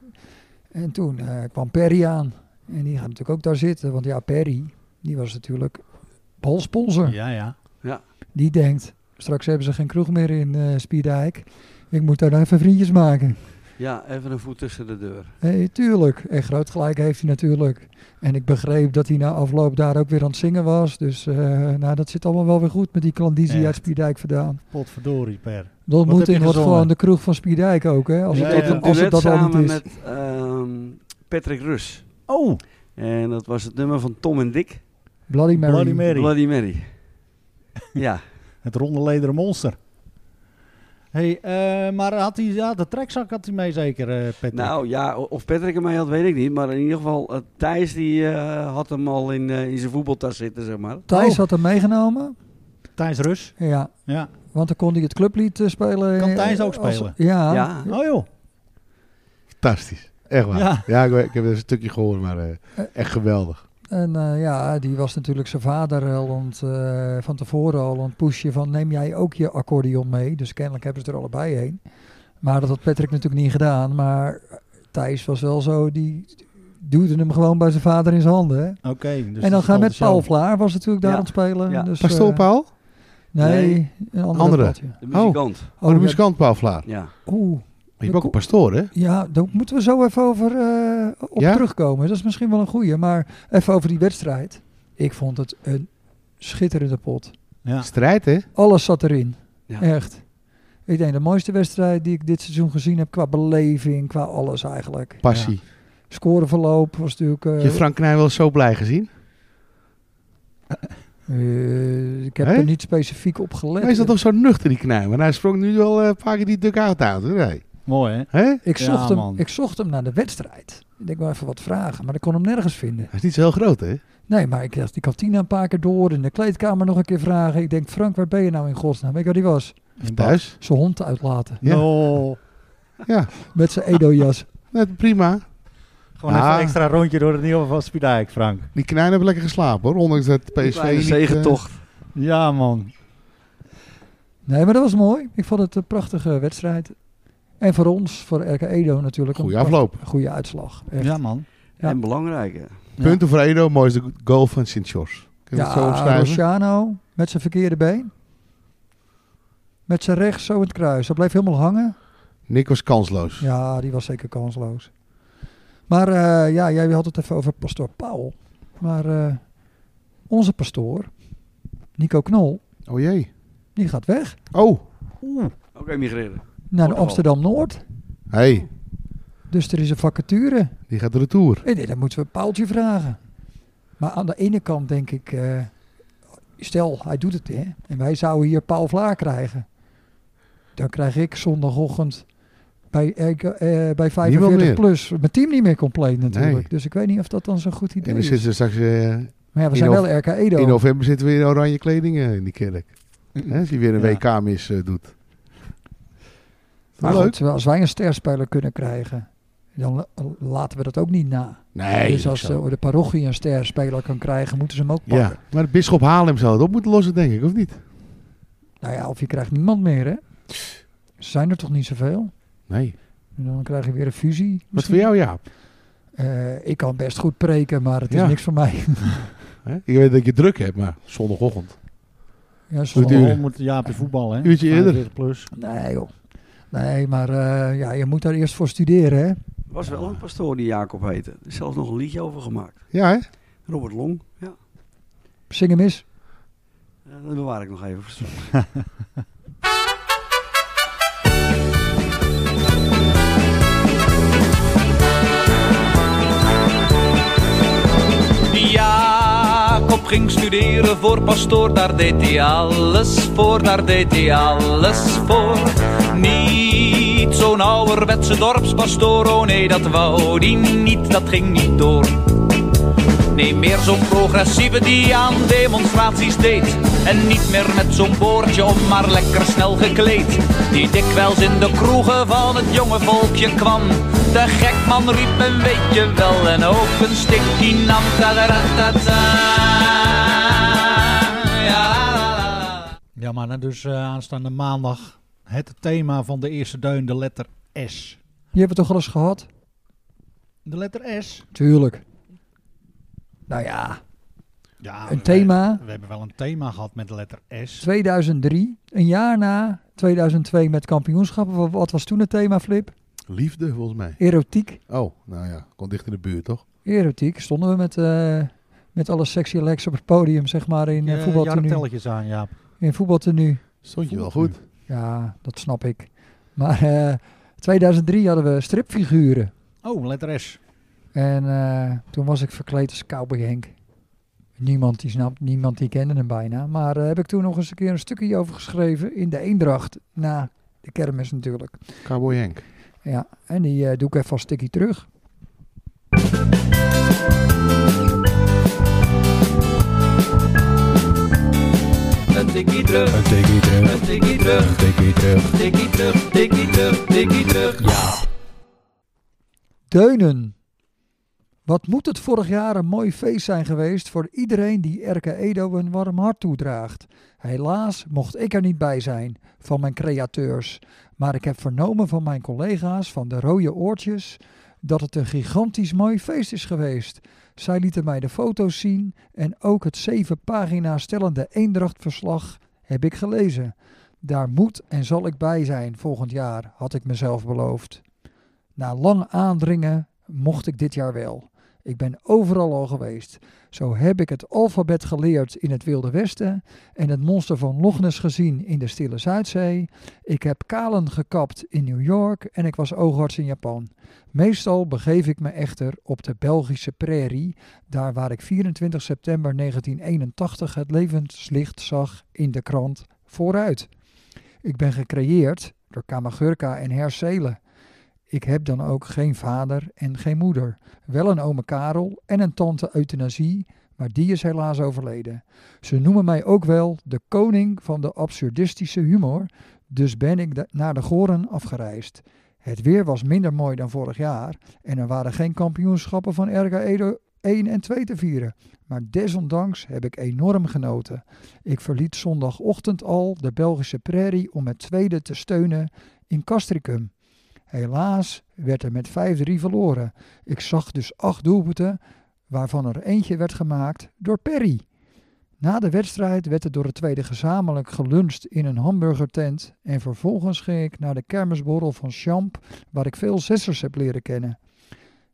[SPEAKER 5] En toen eh, kwam Perry aan. En die gaat natuurlijk ook daar zitten. Want ja, Perry, die was natuurlijk balsponsor.
[SPEAKER 1] Ja, ja.
[SPEAKER 5] Die denkt, straks hebben ze geen kroeg meer in eh Spierdijk. Ik moet daar nou even vriendjes maken.
[SPEAKER 3] Ja, even een voet tussen de deur.
[SPEAKER 5] Hé, tuurlijk. En groot gelijk heeft hij natuurlijk. En ik begreep dat hij na afloop daar ook weer aan het zingen was. Dus eh, nou, dat zit allemaal wel weer goed met die klandizie uit
[SPEAKER 1] Echt.
[SPEAKER 5] Spierdijk vandaan.
[SPEAKER 1] Potverdorie, Per.
[SPEAKER 5] Dat
[SPEAKER 1] heb
[SPEAKER 5] moet
[SPEAKER 1] je
[SPEAKER 5] in wordt
[SPEAKER 1] gezongen?
[SPEAKER 5] gewoon de kroeg van Spierdijk ook, hè? Als
[SPEAKER 1] Ja,
[SPEAKER 5] het,
[SPEAKER 1] ja.
[SPEAKER 5] dat-
[SPEAKER 1] Een
[SPEAKER 5] Als het
[SPEAKER 3] Duet
[SPEAKER 5] dat al
[SPEAKER 3] samen
[SPEAKER 5] niet is.
[SPEAKER 3] met ehm, Patrick Rus.
[SPEAKER 1] Oh,
[SPEAKER 3] En dat was het nummer van Tom en Dick.
[SPEAKER 5] Bloody Mary.
[SPEAKER 1] Bloody Mary.
[SPEAKER 3] Bloody Mary. ja.
[SPEAKER 1] Het ronde lederen monster. hey, eh, maar had hij ja, de trekzak had hij mee zeker, eh Patrick?
[SPEAKER 3] Nou ja, o- of Patrick ermee had, weet ik niet. Maar in ieder geval, eh, Thijs die eh, had hem al in, eh, in zijn voetbaltas zitten, zeg maar.
[SPEAKER 5] Thijs
[SPEAKER 1] Oh.
[SPEAKER 5] had hem meegenomen.
[SPEAKER 1] Thijs Rus.
[SPEAKER 5] Ja,
[SPEAKER 1] Ja.
[SPEAKER 5] want dan kon hij het clublied eh, spelen.
[SPEAKER 1] Kan
[SPEAKER 5] eh,
[SPEAKER 1] Thijs ook
[SPEAKER 5] als-
[SPEAKER 1] spelen?
[SPEAKER 5] ja.
[SPEAKER 3] Ja.
[SPEAKER 1] Oh joh.
[SPEAKER 4] Fantastisch. Echt waar.
[SPEAKER 1] Ja.
[SPEAKER 4] Ja, ik, weet- ik heb een stukje gehoord, maar eh, echt geweldig.
[SPEAKER 5] En eh, ja, die was natuurlijk zijn vader al aan het, eh, van tevoren al aan het pushen van neem jij ook je accordeon mee. Dus kennelijk hebben ze er allebei heen. Maar dat had Patrick natuurlijk niet gedaan. Maar Thijs was wel zo, die duwde hem gewoon bij zijn vader in zijn handen. hè.
[SPEAKER 1] Oké. dus
[SPEAKER 5] en dan
[SPEAKER 1] dat
[SPEAKER 5] gaan we met
[SPEAKER 1] stond
[SPEAKER 5] Paul
[SPEAKER 1] zo.
[SPEAKER 5] Vlaar was natuurlijk daar
[SPEAKER 3] Ja,
[SPEAKER 5] aan het spelen.
[SPEAKER 3] ja.
[SPEAKER 5] Dus,
[SPEAKER 4] Pastoor
[SPEAKER 5] eh,
[SPEAKER 4] Paul?
[SPEAKER 5] Nee, een andere.
[SPEAKER 4] Andere.
[SPEAKER 5] pot, ja.
[SPEAKER 3] De muzikant.
[SPEAKER 4] Oh, de
[SPEAKER 5] ja,
[SPEAKER 4] muzikant Paul Vlaar.
[SPEAKER 3] Ja.
[SPEAKER 5] Oeh,
[SPEAKER 4] Je bent ook een pastoor, hè?
[SPEAKER 5] ja, daar moeten we zo even over eh, op
[SPEAKER 4] Ja?
[SPEAKER 5] terugkomen. Dat is misschien wel een goeie. Maar even over die wedstrijd. Ik vond het een schitterende pot.
[SPEAKER 1] Ja.
[SPEAKER 4] Strijd, hè?
[SPEAKER 5] Alles zat erin.
[SPEAKER 3] Ja.
[SPEAKER 5] Echt. Ik denk de mooiste wedstrijd die ik dit seizoen gezien heb qua beleving, qua alles eigenlijk.
[SPEAKER 4] Passie.
[SPEAKER 5] Scoreverloop was natuurlijk. eh,
[SPEAKER 4] Je Frank Knij wel zo blij gezien?
[SPEAKER 5] eh, ik heb
[SPEAKER 4] Hè?
[SPEAKER 5] er niet specifiek op gelet.
[SPEAKER 4] Hij is dat toch zo nuchter, die Knij? Maar hij sprong nu wel eh, een paar keer die dugout uit, hè? Nee.
[SPEAKER 1] Mooi, hè?
[SPEAKER 4] Hè?
[SPEAKER 5] ik,
[SPEAKER 1] Ja,
[SPEAKER 5] zocht hem,
[SPEAKER 1] man.
[SPEAKER 5] ik zocht hem naar de wedstrijd. Ik denk wel even wat vragen, maar ik kon hem nergens vinden.
[SPEAKER 4] Hij is niet zo heel groot, hè?
[SPEAKER 5] Nee, maar ik dacht die kantine een paar keer door en de kleedkamer nog een keer vragen. Ik denk, Frank, waar ben je nou in godsnaam? Weet je waar die was?
[SPEAKER 1] In
[SPEAKER 4] Thuis.
[SPEAKER 5] Zijn hond uitlaten.
[SPEAKER 4] Ja.
[SPEAKER 1] Oh,
[SPEAKER 4] Ja,
[SPEAKER 5] Met zijn Edo-jas.
[SPEAKER 4] net prima.
[SPEAKER 1] gewoon
[SPEAKER 4] Ah.
[SPEAKER 1] even een extra rondje door het nieuwe van Spiedijk, Frank.
[SPEAKER 4] Die Knijn hebben lekker geslapen, hoor. Ondanks dat PSV
[SPEAKER 3] Kleine
[SPEAKER 4] niet... eh,
[SPEAKER 3] zegentocht.
[SPEAKER 1] Ja, man.
[SPEAKER 5] Nee, maar dat was mooi. Ik vond het een prachtige wedstrijd. En voor ons, voor RK Edo natuurlijk. een
[SPEAKER 4] Goeie afloop.
[SPEAKER 5] pracht- goede uitslag. Echt.
[SPEAKER 1] Ja, man.
[SPEAKER 5] Ja.
[SPEAKER 3] En belangrijk. hè.
[SPEAKER 1] Ja.
[SPEAKER 4] Punten voor Edo, mooiste goal van Sint-Jors. Kun je
[SPEAKER 5] Ja,
[SPEAKER 4] het zo omschrijven?
[SPEAKER 5] Rociano met zijn verkeerde been. Met zijn rechts zo in het kruis. Dat bleef helemaal hangen.
[SPEAKER 4] Nick was kansloos.
[SPEAKER 5] Ja, die was zeker kansloos. Maar eh, ja, jij had het even over pastoor Paul. Maar eh, onze pastoor, Nico Knol,
[SPEAKER 4] Oh jee.
[SPEAKER 5] die gaat weg
[SPEAKER 4] Oh,
[SPEAKER 3] Ook emigreren.
[SPEAKER 5] naar de
[SPEAKER 3] Portugal.
[SPEAKER 5] Amsterdam-Noord.
[SPEAKER 4] hey,
[SPEAKER 5] Dus er is een vacature.
[SPEAKER 4] die gaat retour.
[SPEAKER 5] Nee, nee, dan moeten we Paaltje vragen. Maar aan de ene kant denk ik, eh, stel hij doet het hè, en wij zouden hier Paul Vlaar krijgen. Dan krijg ik zondagochtend bij, RK, eh, bij 45
[SPEAKER 4] meer.
[SPEAKER 5] plus mijn team niet meer compleet natuurlijk.
[SPEAKER 4] Nee.
[SPEAKER 5] Dus ik weet niet of dat dan zo'n goed
[SPEAKER 4] En
[SPEAKER 5] idee
[SPEAKER 4] dan
[SPEAKER 5] is.
[SPEAKER 4] zitten ze straks... eh,
[SPEAKER 5] Maar ja, Mm. we
[SPEAKER 4] in
[SPEAKER 5] zijn
[SPEAKER 4] nov-
[SPEAKER 5] wel RK Edo.
[SPEAKER 4] in november zitten we in oranje kleding eh, in die kerk. Hè, als je weer een
[SPEAKER 1] Ja.
[SPEAKER 4] WK-mis doet.
[SPEAKER 5] maar
[SPEAKER 4] leuk.
[SPEAKER 5] goed, als wij een sterspeler kunnen krijgen, dan la- laten we dat ook niet na.
[SPEAKER 4] Nee,
[SPEAKER 5] dus
[SPEAKER 4] dat
[SPEAKER 5] als
[SPEAKER 4] is
[SPEAKER 5] de,
[SPEAKER 4] zo.
[SPEAKER 5] de parochie een sterspeler kan krijgen, moeten ze hem ook pakken.
[SPEAKER 4] Ja, maar de bisschop Haarlem zou het op moeten lossen, denk ik, of niet?
[SPEAKER 5] Nou ja, of je krijgt niemand meer hè. Ze zijn er toch niet zoveel?
[SPEAKER 4] Nee.
[SPEAKER 5] En dan krijg je weer een fusie.
[SPEAKER 4] Wat voor jou, Jaap?
[SPEAKER 5] Eh, ik kan best goed preken, maar het is
[SPEAKER 4] Ja.
[SPEAKER 5] niks voor mij.
[SPEAKER 4] Hè? Ik weet dat je druk hebt, maar zondagochtend.
[SPEAKER 5] ja,
[SPEAKER 4] Goed
[SPEAKER 5] soms-
[SPEAKER 4] uur.
[SPEAKER 1] Hoe moet Jaapje voetballen, hè?
[SPEAKER 4] Uurtje eerder.
[SPEAKER 1] 45 Plus.
[SPEAKER 5] Nee joh. Nee, maar eh, ja, je moet daar eerst voor studeren hè.
[SPEAKER 3] Was wel een pastoor die Jacob heette. Er is zelfs nog een liedje over gemaakt.
[SPEAKER 4] Ja, hè?
[SPEAKER 3] Robert Long. Ja.
[SPEAKER 5] Zing hem eens.
[SPEAKER 3] Eh, Dat bewaar ik nog even. voor straks.
[SPEAKER 6] Jacob ging studeren voor pastoor, daar deed hij alles voor, daar deed hij alles voor. Niet zo'n ouderwetse dorpspastoor, oh nee, dat wou die niet, dat ging niet door. Nee, meer zo'n progressieve die aan demonstraties deed. En niet meer met zo'n boordje om, maar lekker snel gekleed. Die dikwijls in de kroegen van het jonge volkje kwam. De gekman riep een weetje wel en ook een stik die nam. Tadaratata. Ja, la, la, la.
[SPEAKER 1] Ja, maar dan dus eh, aanstaande maandag het thema van de eerste deun, de letter S.
[SPEAKER 5] Die hebben we toch al eens gehad?
[SPEAKER 1] De letter S.
[SPEAKER 5] Tuurlijk. Nou ja,
[SPEAKER 1] Ja,
[SPEAKER 5] een thema.
[SPEAKER 1] We hebben wel een thema gehad met de letter S.
[SPEAKER 5] 2003, een jaar na 2002 met kampioenschappen. Wa- Wat was toen het thema, Flip?
[SPEAKER 4] Liefde, volgens mij.
[SPEAKER 5] Erotiek.
[SPEAKER 4] Oh, nou ja, kwam dicht in de buurt, toch?
[SPEAKER 5] Erotiek stonden we met, eh, met alle sexy legs op het podium, zeg maar, in eh,
[SPEAKER 1] Je- je had
[SPEAKER 5] voetbaltenue.
[SPEAKER 1] telletjes aan, Jaap.
[SPEAKER 5] In voetbaltenue.
[SPEAKER 4] Stond je wel
[SPEAKER 1] Voelt
[SPEAKER 4] goed.
[SPEAKER 5] Ja, dat snap ik. Maar eh 2003 hadden we stripfiguren.
[SPEAKER 1] Oh, letter S.
[SPEAKER 5] En eh, toen was ik verkleed als Cowboy Henk. Niemand die snapt, niemand die kende hem bijna. Maar eh, heb ik toen nog eens een keer een stukje over geschreven in de Eendracht. Na de kermis natuurlijk.
[SPEAKER 4] Cowboy Henk.
[SPEAKER 5] Ja, en die eh, doe ik even een stukje terug.
[SPEAKER 6] Een tikkie terug,
[SPEAKER 2] Een tikkie terug,
[SPEAKER 6] een tikkie terug,
[SPEAKER 2] een tikkie terug.
[SPEAKER 6] tikkie terug, tikkie terug, tikkie terug.
[SPEAKER 2] Ja,
[SPEAKER 5] Deunen. Wat moet het vorig jaar een mooi feest zijn geweest voor iedereen die Erke Edo een warm hart toedraagt. Helaas mocht ik er niet bij zijn van mijn createurs. Maar ik heb vernomen van mijn collega's van de Rode Oortjes dat het een gigantisch mooi feest is geweest. Zij lieten mij de foto's zien en ook het zeven pagina stellende Eendrachtverslag heb ik gelezen. Daar moet en zal ik bij zijn volgend jaar, had ik mezelf beloofd. Na lang aandringen mocht ik dit jaar wel. Ik ben overal al geweest. Zo heb ik het alfabet geleerd in het Wilde Westen en het monster van Loch Ness gezien in de Stille Zuidzee. Ik heb kalen gekapt in New York en ik was oogarts in Japan. Meestal begeef ik me echter op de Belgische prairie, daar waar ik 24 september 1981 het levenslicht zag in de krant Vooruit. Ik ben gecreëerd door Kamagurka en Herselen. Ik heb dan ook geen vader en geen moeder. Wel een ome Karel en een tante euthanasie, maar die is helaas overleden. Ze noemen mij ook wel de koning van de absurdistische humor, dus ben ik da- naar de Goren afgereisd. Het weer was minder mooi dan vorig jaar en er waren geen kampioenschappen van RK Edo 1 en 2 te vieren. Maar desondanks heb ik enorm genoten. Ik verliet zondagochtend al de Belgische prairie om het tweede te steunen in Castricum. Helaas werd er met 5-3 verloren. Ik zag dus acht doelpunten, waarvan er eentje werd gemaakt door Perry. Na de wedstrijd werd er door de tweede gezamenlijk geluncht in een hamburgertent en vervolgens ging ik naar de kermisborrel van Champ, waar ik veel zessers heb leren kennen.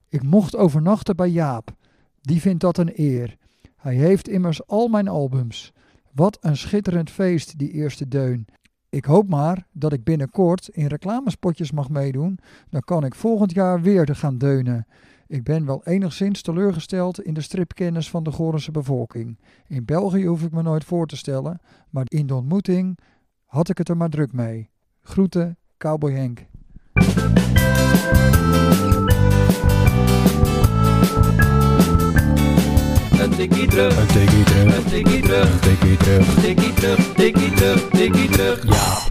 [SPEAKER 5] Ik mocht overnachten bij Jaap. Die vindt dat een eer. Hij heeft immers al mijn albums. Wat een schitterend feest, die eerste deun. Ik hoop maar dat ik binnenkort in reclamespotjes mag meedoen. Dan kan ik volgend jaar weer te gaan deunen. Ik ben wel enigszins teleurgesteld in de stripkennis van de Gorense bevolking. In België hoef ik me nooit voor te stellen, maar in de ontmoeting had ik het er maar druk mee. Groeten, Cowboy Henk.
[SPEAKER 6] Een tikkie terug,
[SPEAKER 2] een tikkie terug,
[SPEAKER 6] een tikkie terug,
[SPEAKER 2] een tikkie terug.
[SPEAKER 6] tikkie terug, tikkie terug, tikkie terug.
[SPEAKER 2] Ja,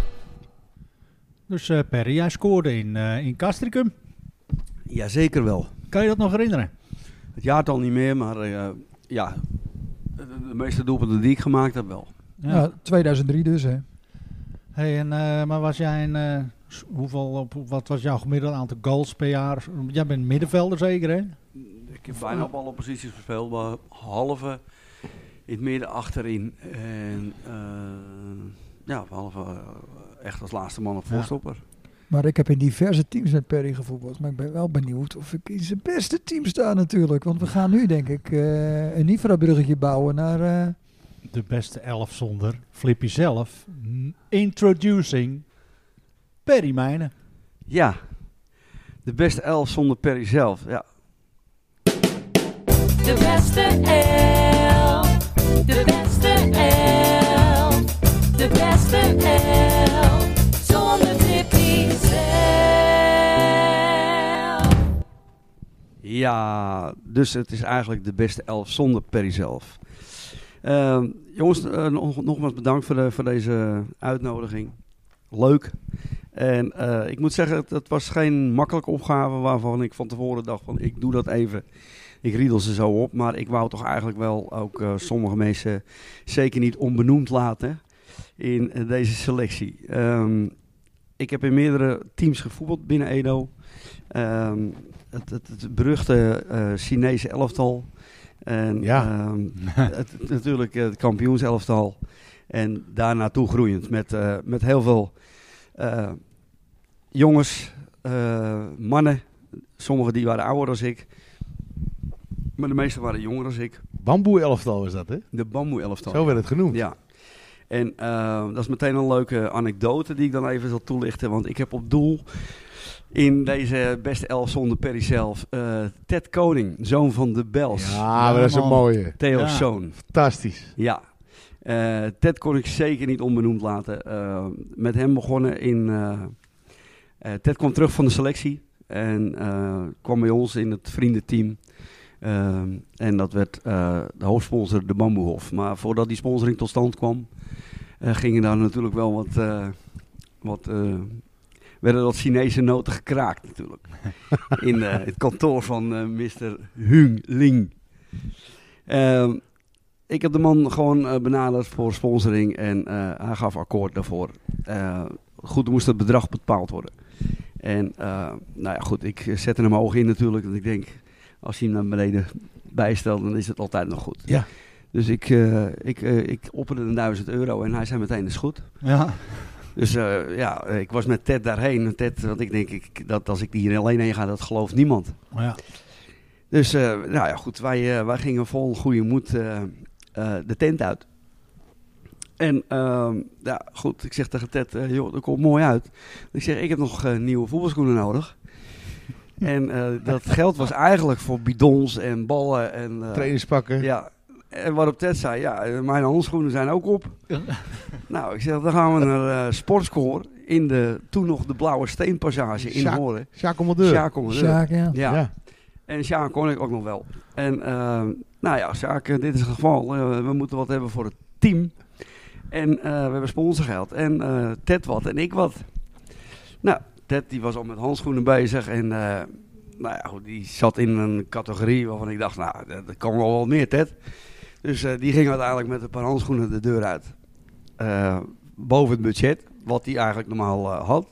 [SPEAKER 1] Dus eh, Perry, jij scoorde in, eh in Castricum.
[SPEAKER 3] Jazeker wel.
[SPEAKER 1] Kan je dat nog herinneren?
[SPEAKER 3] Het jaartal niet meer, maar eh, ja, de, de meeste doelpunten die ik gemaakt heb wel.
[SPEAKER 1] Ja.
[SPEAKER 5] Nou, 2003 dus, hè?
[SPEAKER 1] Hey, en, eh, maar was jij een... eh, s- hoeveel, op, wat was jouw gemiddelde aantal goals per jaar? Jij bent middenvelder zeker, hè?
[SPEAKER 3] Ik heb bijna op alle posities gespeeld, maar halve in het midden achterin. En eh, ja, halve eh, echt als laatste man op
[SPEAKER 1] Ja.
[SPEAKER 3] voorstopper.
[SPEAKER 5] Maar ik heb in diverse teams met Perry gevoetbald. Maar ik ben wel benieuwd of ik in zijn beste team sta natuurlijk. Want we gaan nu, denk ik, eh, een Nifra-bruggetje bouwen naar... eh,
[SPEAKER 1] De beste elf zonder Flippy zelf. N- Introducing Perry Mijnen.
[SPEAKER 3] Ja, de beste elf zonder Perry zelf. Ja,
[SPEAKER 7] De beste elf. De beste elf. De beste elf. Zonder Tippy zelf.
[SPEAKER 3] Ja, dus het is eigenlijk de beste elf zonder Perry zelf. Ehm, jongens, eh, nog, nogmaals bedankt voor, de- voor deze uitnodiging. Leuk. En eh, ik moet zeggen, het, het was geen makkelijke opgave waarvan ik van tevoren dacht van ik doe dat even. Ik riedel ze zo op, maar ik wou toch eigenlijk wel ook eh, sommige mensen zeker niet onbenoemd laten in eh, deze selectie. Ehm, ik heb in meerdere teams gevoetbald binnen Edo. Ehm, het, het, het beruchte eh, Chinese elftal. En,
[SPEAKER 4] Ja.
[SPEAKER 3] ehm, het, het- natuurlijk eh, het kampioenselftal. En daarnaartoe groeiend met, eh, met heel veel eh, jongens, eh, mannen. Sommigen die waren ouder dan ik. Maar de meeste waren jonger dan ik.
[SPEAKER 4] Bamboe elftal was dat, hè?
[SPEAKER 3] De bamboe-elftal.
[SPEAKER 4] Zo werd het genoemd.
[SPEAKER 3] Ja. En eh, dat is meteen een leuke anekdote die ik dan even zal toelichten. Want ik heb op doel in deze beste elf zonder Perry zelf eh, Ted Koning, zoon van de Bels.
[SPEAKER 4] Ja, Ah, maar dat is een
[SPEAKER 1] man.
[SPEAKER 4] mooie.
[SPEAKER 3] Theo's
[SPEAKER 1] Ja.
[SPEAKER 3] zoon.
[SPEAKER 4] Fantastisch.
[SPEAKER 3] Ja. Eh, Ted kon ik zeker niet onbenoemd laten. Eh, met hem begonnen in. eh, eh, Ted kwam terug van de selectie en eh, kwam bij ons in het vriendenteam. Ehm, en dat werd eh, de hoofdsponsor, de Bamboehof. Maar voordat die sponsoring tot stand kwam, eh, gingen daar natuurlijk wel wat. eh, wat eh, werden dat Chinese noten gekraakt, natuurlijk. in eh, het kantoor van eh Mr. Hung Ling. Ehm, ik heb de man gewoon eh, benaderd voor sponsoring en eh, hij gaf akkoord daarvoor. Eh, goed, er moest het bedrag bepaald worden. En eh, nou ja, goed, ik zette hem hoog in natuurlijk, want ik denk, als hij hem naar beneden bijstelt, dan is het altijd nog goed.
[SPEAKER 4] Ja.
[SPEAKER 3] Dus ik, eh ik, eh, ik opperde een duizend euro en hij zei meteen, is goed.
[SPEAKER 1] Ja.
[SPEAKER 3] Dus eh, ja, ik was met Ted daarheen. Ted, want ik denk ik, dat als ik hier alleen heen ga, dat gelooft niemand.
[SPEAKER 1] Ja.
[SPEAKER 3] Dus eh, nou ja, goed, wij, eh, wij gingen vol goede moed eh, eh, de tent uit. En ehm, ja, goed, ik zeg tegen Ted, eh, joh, dat komt mooi uit. Ik zeg, ik heb nog eh, nieuwe voetbalschoenen nodig. en eh, dat geld was eigenlijk voor bidons en ballen en... eh,
[SPEAKER 4] Trainerspakken.
[SPEAKER 3] ja. En waarop Ted zei, ja, eh, mijn handschoenen zijn ook op. nou, ik zeg, dan gaan we naar eh Sportscore in de toen nog de Blauwe Steenpassage in
[SPEAKER 4] Sjaak-
[SPEAKER 3] Horen.
[SPEAKER 4] Sjaak om de deur.
[SPEAKER 3] Sjaak om de deur.
[SPEAKER 5] Sjaak, ja.
[SPEAKER 3] Ja. En Sjaak kon ik ook nog wel. En ehm, nou ja, Sjaak, eh, dit is het geval. Eh, we moeten wat hebben voor het team. En eh, we hebben sponsorgeld. En eh, Ted wat en ik wat. Nou, Ted die was al met handschoenen bezig. En eh, nou ja, goed, die zat in een categorie waarvan ik dacht, nou, dat dat kan wel wat meer, Ted. Dus eh, die ging uiteindelijk met een paar handschoenen de deur uit. Eh, boven het budget, wat hij eigenlijk normaal eh, had.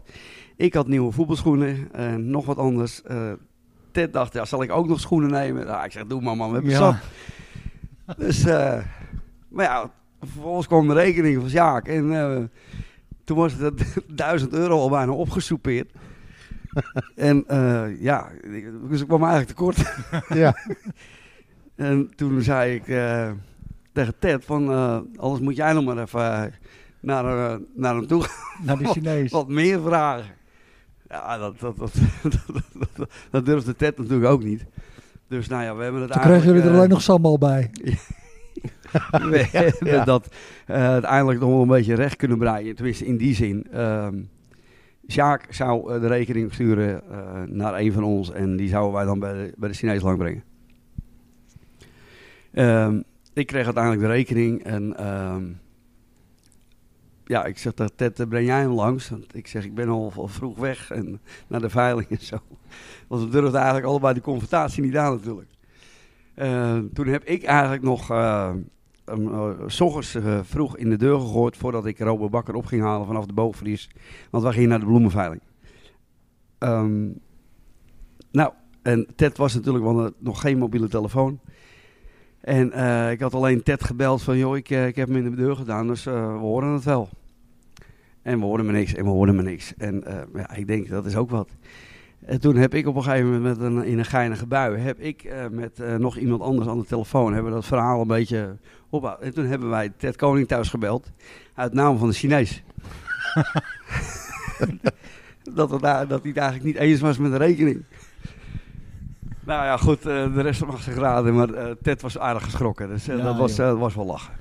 [SPEAKER 3] Ik had nieuwe voetbalschoenen en nog wat anders. Eh, Ted dacht, ja, zal ik ook nog schoenen nemen? Nou, ik zeg, doe maar man, we hebben
[SPEAKER 1] Ja.
[SPEAKER 3] zat. Dus, eh, maar ja, vervolgens kwam de rekening van Sjaak. En eh, toen was het 1000 euro al bijna opgesoupeerd. en eh, ja, ik- dus ik kwam eigenlijk tekort.
[SPEAKER 4] Ja.
[SPEAKER 3] En toen zei ik eh, tegen Ted van, eh, anders moet jij nog maar even eh, naar, eh, naar hem toe gaan,
[SPEAKER 1] Naar die Chinees.
[SPEAKER 3] wat meer vragen. Ja, dat, dat, dat, dat, dat- dat durfde Ted natuurlijk ook niet. Dus nou ja, we hebben het
[SPEAKER 5] Toen kregen jullie er
[SPEAKER 3] eigenlijk,
[SPEAKER 5] alleen nog sambal bij.
[SPEAKER 3] eh, we hebben dat eh, uiteindelijk nog wel een beetje recht kunnen breien. Tenminste, in die zin. Ehm Sjaak zou eh, de rekening sturen eh, naar een van ons. En die zouden wij dan bij de, bij de Chinees langbrengen. Ehm, ik kreeg uiteindelijk de rekening. En ehm, ja, ik zeg tegen Ted, eh, breng jij hem langs? Want ik zeg, ik ben al, al vroeg weg en naar de veiling en zo. Want we durfden eigenlijk allebei de confrontatie niet aan natuurlijk. Eh, toen heb ik eigenlijk nog... eh, hem, eh, s ochtends eh, vroeg in de deur gegooid voordat ik Robert Bakker op ging halen vanaf de boogvries. Want wij gingen naar de bloemenveiling. Ehm, nou, en Ted was natuurlijk wel, eh, nog geen mobiele telefoon. En eh, ik had alleen Ted gebeld van, joh, ik, eh, ik heb hem in de deur gedaan, dus eh, we horen het wel. En we hoorden me niks, en we hoorden me niks. En eh, ja, ik denk, dat is ook wat. En toen heb ik op een gegeven moment met een, in een geinige bui, heb ik eh, met eh, nog iemand anders aan de telefoon, hebben we dat verhaal een beetje Hoppa. En toen hebben wij Ted Koning thuis gebeld. Uit naam van de Chinees. dat, het, daar- dat hij het eigenlijk niet eens was met de rekening. Nou ja, goed, eh, de rest mag zich raden. Maar eh, Ted was aardig geschrokken. Dus eh,
[SPEAKER 1] Ja,
[SPEAKER 3] dat was,
[SPEAKER 1] joh.
[SPEAKER 3] eh, was wel lachen.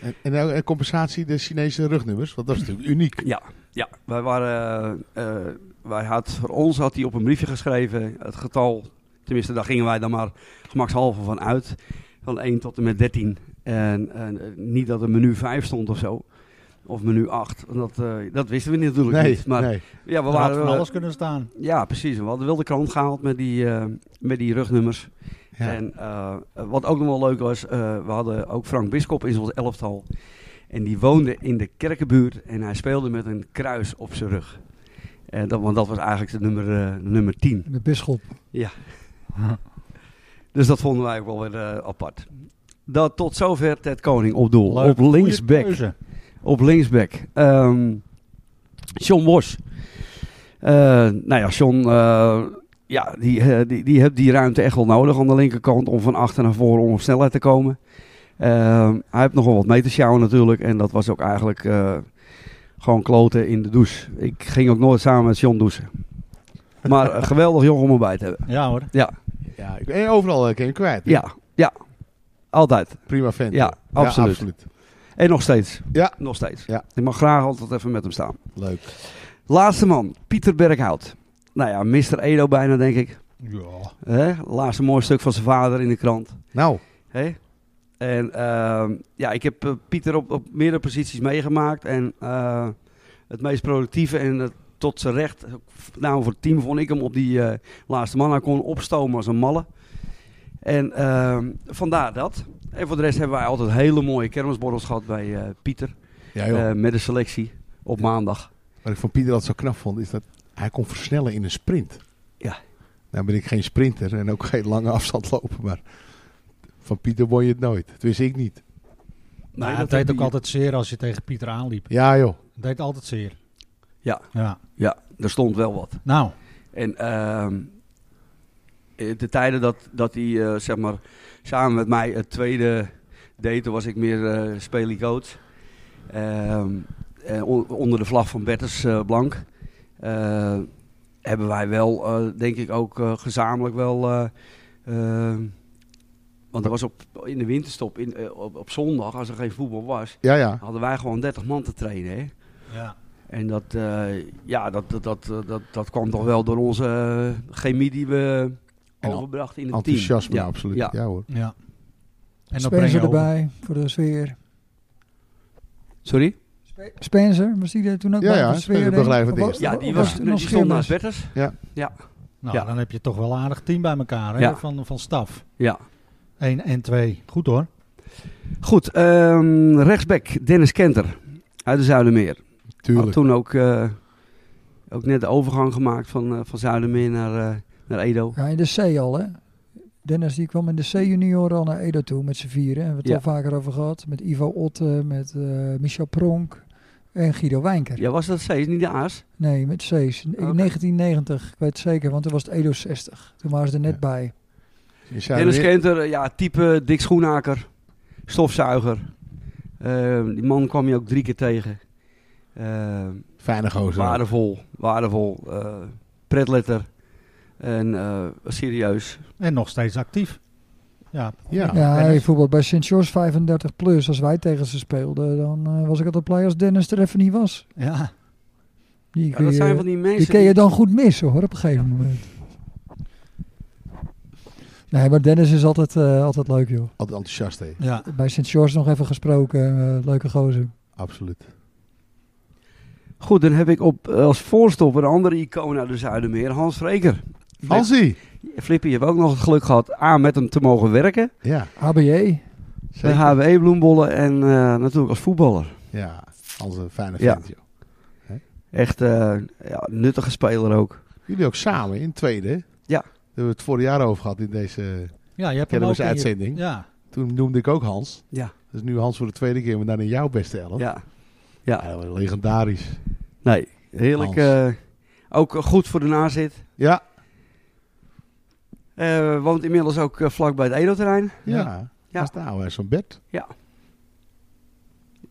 [SPEAKER 4] En, en, nou, en compensatie de Chinese rugnummers, want dat is natuurlijk uniek.
[SPEAKER 3] Ja, ja. Wij waren... eh, eh, wij had, voor ons had hij op een briefje geschreven het getal. Tenminste, daar gingen wij dan maar gemakshalve van uit. Van 1 tot en met 13. En, en, eh, niet dat er menu 5 stond of zo. Of menu 8. Dat, eh, dat wisten we natuurlijk
[SPEAKER 4] Nee,
[SPEAKER 3] niet. Maar
[SPEAKER 4] nee.
[SPEAKER 3] ja, we
[SPEAKER 1] Er had
[SPEAKER 3] waren
[SPEAKER 1] van
[SPEAKER 3] wel-
[SPEAKER 1] alles kunnen staan.
[SPEAKER 3] Ja, precies. We hadden wel de krant gehaald met die, eh, met die rugnummers.
[SPEAKER 4] Ja.
[SPEAKER 3] En eh, wat ook nog wel leuk was, eh, we hadden ook Frank Bisschop in ons elftal. En die woonde in de kerkenbuurt en hij speelde met een kruis op zijn rug. En dat, want dat was eigenlijk de nummer, eh, nummer 10.
[SPEAKER 5] De bisschop.
[SPEAKER 3] Dus dat vonden wij ook wel weer eh, apart. Dat, tot zover Ted Koning op doel.
[SPEAKER 1] Leuk.
[SPEAKER 3] Op linksback.
[SPEAKER 1] Goeie keuze.
[SPEAKER 3] Op linksback. Ehm John Bos. Eh, nou ja, John eh, ja, die, eh, die, die heeft die ruimte echt wel nodig aan de linkerkant om van achter naar voren om op snelheid te komen. Ehm, hij heeft nogal wat mee te sjouwen natuurlijk. En dat was ook eigenlijk eh, gewoon kloten in de douche. Ik ging ook nooit samen met John douchen. Maar eh, geweldig jong om erbij te hebben.
[SPEAKER 1] Ja hoor.
[SPEAKER 4] Ja, ik ben overal eh, ken je kwijt. hè?
[SPEAKER 3] Ja, ja. Altijd.
[SPEAKER 4] Prima vent.
[SPEAKER 3] Ja, absoluut. En nog steeds.
[SPEAKER 4] Ja.
[SPEAKER 3] Nog steeds.
[SPEAKER 4] Ja.
[SPEAKER 3] Ik mag graag altijd even met hem staan.
[SPEAKER 4] Leuk.
[SPEAKER 3] Laatste man, Pieter Berghout. Nou ja, Mr. Edo bijna, denk ik.
[SPEAKER 4] Ja.
[SPEAKER 3] Hè? Laatste mooi stuk van zijn vader in de krant.
[SPEAKER 4] Nou,
[SPEAKER 3] Hè? En ehm, ja, ik heb eh, Pieter op, op meerdere posities meegemaakt. En eh, het meest productieve en het tot zijn recht, nou voor het team vond ik hem op die eh, laatste man. Hij kon opstomen als een malle. En ehm, vandaar dat. En voor de rest hebben wij altijd hele mooie kermisborrels gehad bij eh, Pieter.
[SPEAKER 4] ja joh.
[SPEAKER 3] eh, met de selectie op maandag.
[SPEAKER 4] Wat ik van Pieter altijd zo knap vond, is dat hij kon versnellen in een sprint.
[SPEAKER 3] Ja.
[SPEAKER 4] Nou ben ik geen sprinter en ook geen lange afstand lopen, maar van Pieter won je het nooit. Dat wist ik niet.
[SPEAKER 1] Maar
[SPEAKER 3] Nee,
[SPEAKER 1] Nou, het
[SPEAKER 3] heb
[SPEAKER 1] deed ook
[SPEAKER 3] je-
[SPEAKER 1] altijd zeer als je tegen Pieter aanliep.
[SPEAKER 4] Ja joh.
[SPEAKER 1] Het deed altijd zeer.
[SPEAKER 3] Ja.
[SPEAKER 1] ja.
[SPEAKER 3] Ja, er stond wel wat.
[SPEAKER 1] Nou,
[SPEAKER 3] En ehm, eh, de tijden dat, dat hij eh, zeg maar, samen met mij het tweede deed, toen was ik meer eh spelie coach. Ehm, eh, on- onder de vlag van Bertus eh, Blank. Eh, hebben wij wel, eh, denk ik, ook eh, gezamenlijk wel. eh, ehm, want er was op, in de winterstop, in, eh, op, op zondag, als er geen voetbal was,
[SPEAKER 4] Ja ja.
[SPEAKER 3] hadden wij gewoon 30 man te trainen. Hè?
[SPEAKER 1] ja.
[SPEAKER 3] En dat, eh, ja, dat, dat, dat, eh, dat, dat kwam toch wel door onze eh, chemie die we
[SPEAKER 4] En
[SPEAKER 3] overbrachten in het
[SPEAKER 4] Enthousiasme,
[SPEAKER 3] team. Ja,
[SPEAKER 4] absoluut. Ja.
[SPEAKER 3] ja.
[SPEAKER 4] hoor.
[SPEAKER 1] ja. En dan breng je
[SPEAKER 5] Spencer
[SPEAKER 1] over.
[SPEAKER 5] erbij voor de sfeer.
[SPEAKER 3] Sorry?
[SPEAKER 5] Spe- Spencer, was die er toen ook
[SPEAKER 4] Ja,
[SPEAKER 5] bij
[SPEAKER 4] ja,
[SPEAKER 5] voor de sfeer?
[SPEAKER 4] Spencer
[SPEAKER 5] heen?
[SPEAKER 4] Begrijp het
[SPEAKER 5] Of wa-
[SPEAKER 4] eerst.
[SPEAKER 3] Ja, die,
[SPEAKER 5] of
[SPEAKER 3] was,
[SPEAKER 5] het
[SPEAKER 3] die
[SPEAKER 5] nog
[SPEAKER 3] stond naast
[SPEAKER 5] Schilders?
[SPEAKER 3] Berters.
[SPEAKER 1] Nou,
[SPEAKER 3] Ja.
[SPEAKER 1] dan heb je toch wel een aardig team bij elkaar hè?
[SPEAKER 3] Ja.
[SPEAKER 1] Van, van staf.
[SPEAKER 3] Ja.
[SPEAKER 1] 1 en 2. Goed hoor.
[SPEAKER 3] Goed, ehm, rechtsback Dennis Kenter uit de Zuidermeer.
[SPEAKER 4] Tuurlijk.
[SPEAKER 3] Had toen ook, eh, ook net de overgang gemaakt van, eh, van Zuidermeer naar, eh, naar Edo.
[SPEAKER 5] Ja, in de C al, hè? Dennis die kwam in de C-junior al naar Edo toe met z'n vieren. Hebben we het
[SPEAKER 3] Ja.
[SPEAKER 5] al vaker over gehad. Met Ivo Otte, met eh, Michel Pronk en Guido Wijnker.
[SPEAKER 3] Ja, was dat steeds niet de Aas?
[SPEAKER 5] Nee, met C's. In
[SPEAKER 3] Oké.
[SPEAKER 5] 1990, ik weet het zeker, want toen was het Edo 60. Toen waren ze er net
[SPEAKER 4] Ja.
[SPEAKER 5] bij.
[SPEAKER 4] Je zei
[SPEAKER 3] Dennis
[SPEAKER 4] weer-
[SPEAKER 3] Kenter, eh, ja, type Dick Schoenaker, stofzuiger. Ehm, die man kwam je ook drie keer tegen. Ehm,
[SPEAKER 4] Fijne gozer.
[SPEAKER 3] Waardevol, waardevol. eh, pretletter. En eh, serieus.
[SPEAKER 1] En nog steeds actief. Ja.
[SPEAKER 4] Ja.
[SPEAKER 5] Ja,
[SPEAKER 1] Dennis.
[SPEAKER 5] hij voetbalt bij St. George 35 plus. Als wij tegen ze speelden, dan eh, was ik altijd blij als Dennis er even niet was.
[SPEAKER 1] Ja.
[SPEAKER 5] Die,
[SPEAKER 3] Ja,
[SPEAKER 5] kun
[SPEAKER 3] dat
[SPEAKER 5] je-
[SPEAKER 3] zijn van die
[SPEAKER 5] die
[SPEAKER 3] mensen.
[SPEAKER 5] kun je
[SPEAKER 3] die-
[SPEAKER 5] dan goed missen hoor, op een gegeven moment. Nee, maar Dennis is altijd, eh, altijd leuk joh.
[SPEAKER 4] Altijd enthousiast hè.
[SPEAKER 1] ja.
[SPEAKER 5] Bij St. George nog even gesproken, eh, leuke gozer.
[SPEAKER 4] Absoluut.
[SPEAKER 3] Goed, dan heb ik op, eh, als voorstopper een andere icoon uit de Zuidermeer, Hans Vreker.
[SPEAKER 4] Hansie.
[SPEAKER 3] Flippy, je hebt ook nog het geluk gehad A, met hem te mogen werken.
[SPEAKER 4] Ja.
[SPEAKER 5] ABJ,
[SPEAKER 3] Bij
[SPEAKER 4] Zeker.
[SPEAKER 3] HWE Bloembollen E en eh, natuurlijk als voetballer.
[SPEAKER 4] Ja. Hans een fijne
[SPEAKER 3] Ja.
[SPEAKER 4] vent joh.
[SPEAKER 3] Echt eh, ja, nuttige speler ook.
[SPEAKER 4] Jullie ook samen in tweede. hè?
[SPEAKER 3] Ja.
[SPEAKER 4] Daar hebben we het vorig jaar over gehad in deze
[SPEAKER 1] Ja, je hebt hem ook
[SPEAKER 4] Kermis
[SPEAKER 1] in je-
[SPEAKER 4] uitzending.
[SPEAKER 1] Ja.
[SPEAKER 4] Toen noemde ik ook Hans.
[SPEAKER 3] Ja.
[SPEAKER 4] Dus nu Hans voor de tweede keer, maar dan in jouw beste elf.
[SPEAKER 3] Ja,
[SPEAKER 4] Ja, dat was legendarisch.
[SPEAKER 3] nee, heerlijk. eh,
[SPEAKER 4] Hans.
[SPEAKER 3] ook eh, goed voor de nazit.
[SPEAKER 4] Ja,
[SPEAKER 3] Eh woont inmiddels ook eh, vlak bij het Edo-terrein.
[SPEAKER 4] ja.
[SPEAKER 3] Ja.
[SPEAKER 4] Dat is de oude huis van Bert.
[SPEAKER 3] Ja.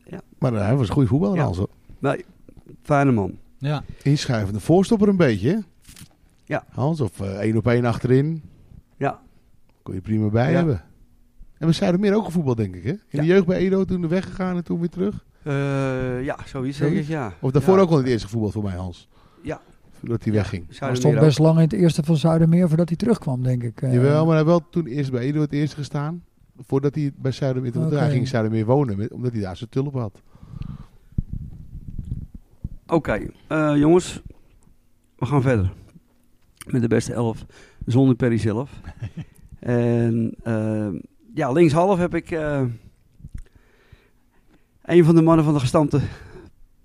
[SPEAKER 3] Ja.
[SPEAKER 4] Maar eh, hij was een goede voetballer
[SPEAKER 3] Ja.
[SPEAKER 4] Hans. hoor.
[SPEAKER 3] Fijne man.
[SPEAKER 1] Ja.
[SPEAKER 4] Inschuivende voorstopper een beetje. hè?
[SPEAKER 3] Ja.
[SPEAKER 4] Hans, of eh, één op één achterin.
[SPEAKER 3] Ja.
[SPEAKER 4] Kon je prima bij
[SPEAKER 3] Ja.
[SPEAKER 4] hebben. En we zouden meer ook gevoetbald, denk ik, hè? In
[SPEAKER 3] Ja.
[SPEAKER 4] de jeugd bij Edo, toen weggegaan en toen weer terug.
[SPEAKER 3] Eh, ja, zoiets denk ik,
[SPEAKER 4] Zoiets?
[SPEAKER 3] ja.
[SPEAKER 4] Of daarvoor
[SPEAKER 3] Ja.
[SPEAKER 4] ook al in het eerste voetbal voor mij, Hans.
[SPEAKER 3] Ja.
[SPEAKER 4] Voordat hij wegging.
[SPEAKER 5] hij
[SPEAKER 3] Zuidermeer
[SPEAKER 5] stond
[SPEAKER 3] ook.
[SPEAKER 5] best lang in het eerste van Zuidermeer voordat hij terugkwam, denk ik. Eh,
[SPEAKER 4] Jawel, maar hij heeft wel toen eerst bij Edo het eerste gestaan. Voordat hij bij Zuidermeer... toen
[SPEAKER 5] Oké.
[SPEAKER 4] Hij ging Zuidermeer wonen, met- omdat hij daar zijn tulp had.
[SPEAKER 3] Oké, eh, jongens. We gaan verder. Met de beste elf. Zonder Perry zelf. en eh, ja, linkshalf heb ik... eh, een van de mannen van de gestampte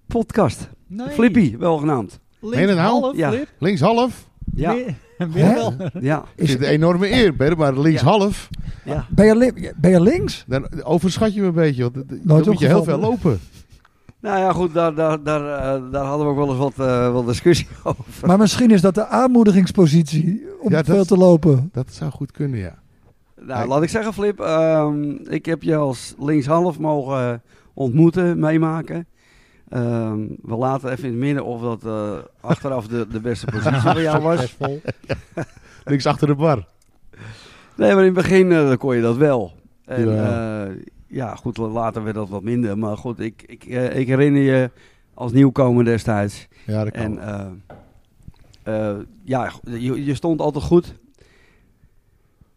[SPEAKER 3] podcast.
[SPEAKER 1] Nee.
[SPEAKER 3] Flippy, welgenaamd.
[SPEAKER 1] Links
[SPEAKER 4] nou?
[SPEAKER 1] half,
[SPEAKER 3] Ja.
[SPEAKER 1] Flip.
[SPEAKER 4] Links half.
[SPEAKER 3] Ja,
[SPEAKER 1] Meer- meer wel.
[SPEAKER 3] ja,
[SPEAKER 4] Is
[SPEAKER 5] Is-
[SPEAKER 4] het een enorme eer, Ben, maar links
[SPEAKER 3] Ja.
[SPEAKER 4] half.
[SPEAKER 3] ja.
[SPEAKER 5] Ben je, li- ben je links?
[SPEAKER 4] Dan overschat je me een beetje. Want d- d- dan
[SPEAKER 5] Nooit
[SPEAKER 4] moet je heel veel
[SPEAKER 5] opgevallen.
[SPEAKER 4] lopen.
[SPEAKER 3] Nou ja, goed, daar, daar, daar, eh, daar hadden we ook wel eens wat, eh, wel discussie over.
[SPEAKER 5] Maar misschien is dat de aanmoedigingspositie om
[SPEAKER 4] Ja, dat-
[SPEAKER 5] veel te lopen.
[SPEAKER 4] Dat zou goed kunnen, ja.
[SPEAKER 3] Nou, laat ik zeggen, Flip, ehm, ik heb je als linkshalf mogen ontmoeten, meemaken. Ehm, we laten even in het midden of dat eh, achteraf de, de beste positie voor jou was.
[SPEAKER 4] Links achter de bar.
[SPEAKER 3] Nee, maar in het begin eh, kon je dat wel. En
[SPEAKER 4] Ja.
[SPEAKER 3] ja, ja goed, later werd dat wat minder. Maar goed, ik, ik, eh, ik herinner je als nieuwkomer destijds.
[SPEAKER 4] Ja, dat
[SPEAKER 3] En
[SPEAKER 4] kan.
[SPEAKER 3] eh, eh, ja, go- je, je stond altijd goed.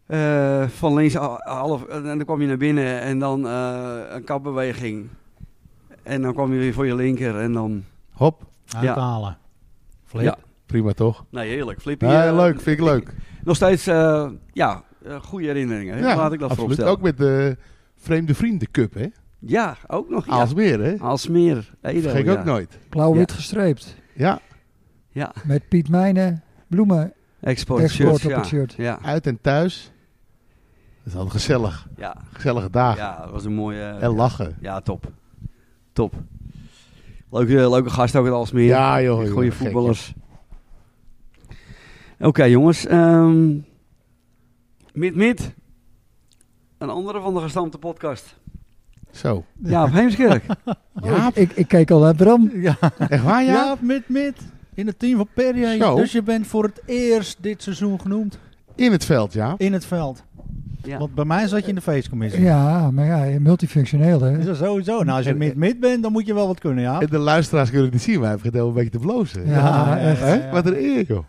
[SPEAKER 3] Eh, van links al- half, en dan kwam je naar binnen en dan eh, een kapbeweging. En dan kwam je weer voor je linker en dan...
[SPEAKER 4] Hop.
[SPEAKER 1] Uithalen. Flip.
[SPEAKER 3] Ja.
[SPEAKER 4] Prima toch?
[SPEAKER 3] Nee, heerlijk. Flippy.
[SPEAKER 4] Ja,
[SPEAKER 3] eh,
[SPEAKER 4] leuk, vind ik leuk.
[SPEAKER 3] Nog steeds, eh, ja, eh, goede herinneringen. hè. Laat ik dat
[SPEAKER 4] absoluut.
[SPEAKER 3] vooropstellen.
[SPEAKER 4] Ook met de Vreemde Vrienden Cup, hè?
[SPEAKER 3] Ja, ook nog. Ja.
[SPEAKER 4] Als meer, hè?
[SPEAKER 3] Aalsmeer. Edo,
[SPEAKER 4] Vergeet ik
[SPEAKER 3] ja.
[SPEAKER 4] ook nooit.
[SPEAKER 5] Blauw-wit gestreept.
[SPEAKER 4] Ja,
[SPEAKER 3] Ja,
[SPEAKER 5] Met Piet Mijnen, bloemen,
[SPEAKER 3] export,
[SPEAKER 5] export
[SPEAKER 3] shirts,
[SPEAKER 5] op
[SPEAKER 3] ja.
[SPEAKER 5] het shirt.
[SPEAKER 3] Ja,
[SPEAKER 4] uit en thuis. Dat is altijd gezellig.
[SPEAKER 3] ja,
[SPEAKER 4] Gezellige dagen.
[SPEAKER 3] ja, dat was een mooie... eh,
[SPEAKER 4] En lachen.
[SPEAKER 3] Ja, top. Top. Leuke, leuke gast ook het Alsmeer.
[SPEAKER 4] Ja, joh. joh,
[SPEAKER 3] Goeie
[SPEAKER 4] gek,
[SPEAKER 3] voetballers. Oké, jongens. ehm, Mid-mid. Een andere van de gestampte podcast.
[SPEAKER 4] joh. Zo.
[SPEAKER 3] Ja, op Heemskerk.
[SPEAKER 5] Oh,
[SPEAKER 4] Ja,
[SPEAKER 5] ik, ik, ik keek al naar Bram.
[SPEAKER 1] Ja.
[SPEAKER 4] echt waar, ja?
[SPEAKER 1] Ja, mid, mid. In het team van Perrier.
[SPEAKER 4] Zo.
[SPEAKER 1] Dus je bent voor het eerst dit seizoen genoemd
[SPEAKER 4] In het veld, ja.
[SPEAKER 1] in het veld.
[SPEAKER 3] Ja.
[SPEAKER 1] Want bij mij zat je in de feestcommissie.
[SPEAKER 5] Ja, maar ja, multifunctioneel hè.
[SPEAKER 1] Is dat sowieso? Nou, als je mid-mid bent, dan moet je wel wat kunnen, ja.
[SPEAKER 4] En de luisteraars kunnen het niet zien, maar hij heeft gedeeld een beetje te blozen.
[SPEAKER 5] Ja, echt.
[SPEAKER 1] ja,
[SPEAKER 4] Hè?
[SPEAKER 1] ja.
[SPEAKER 4] Wat een eer, joh.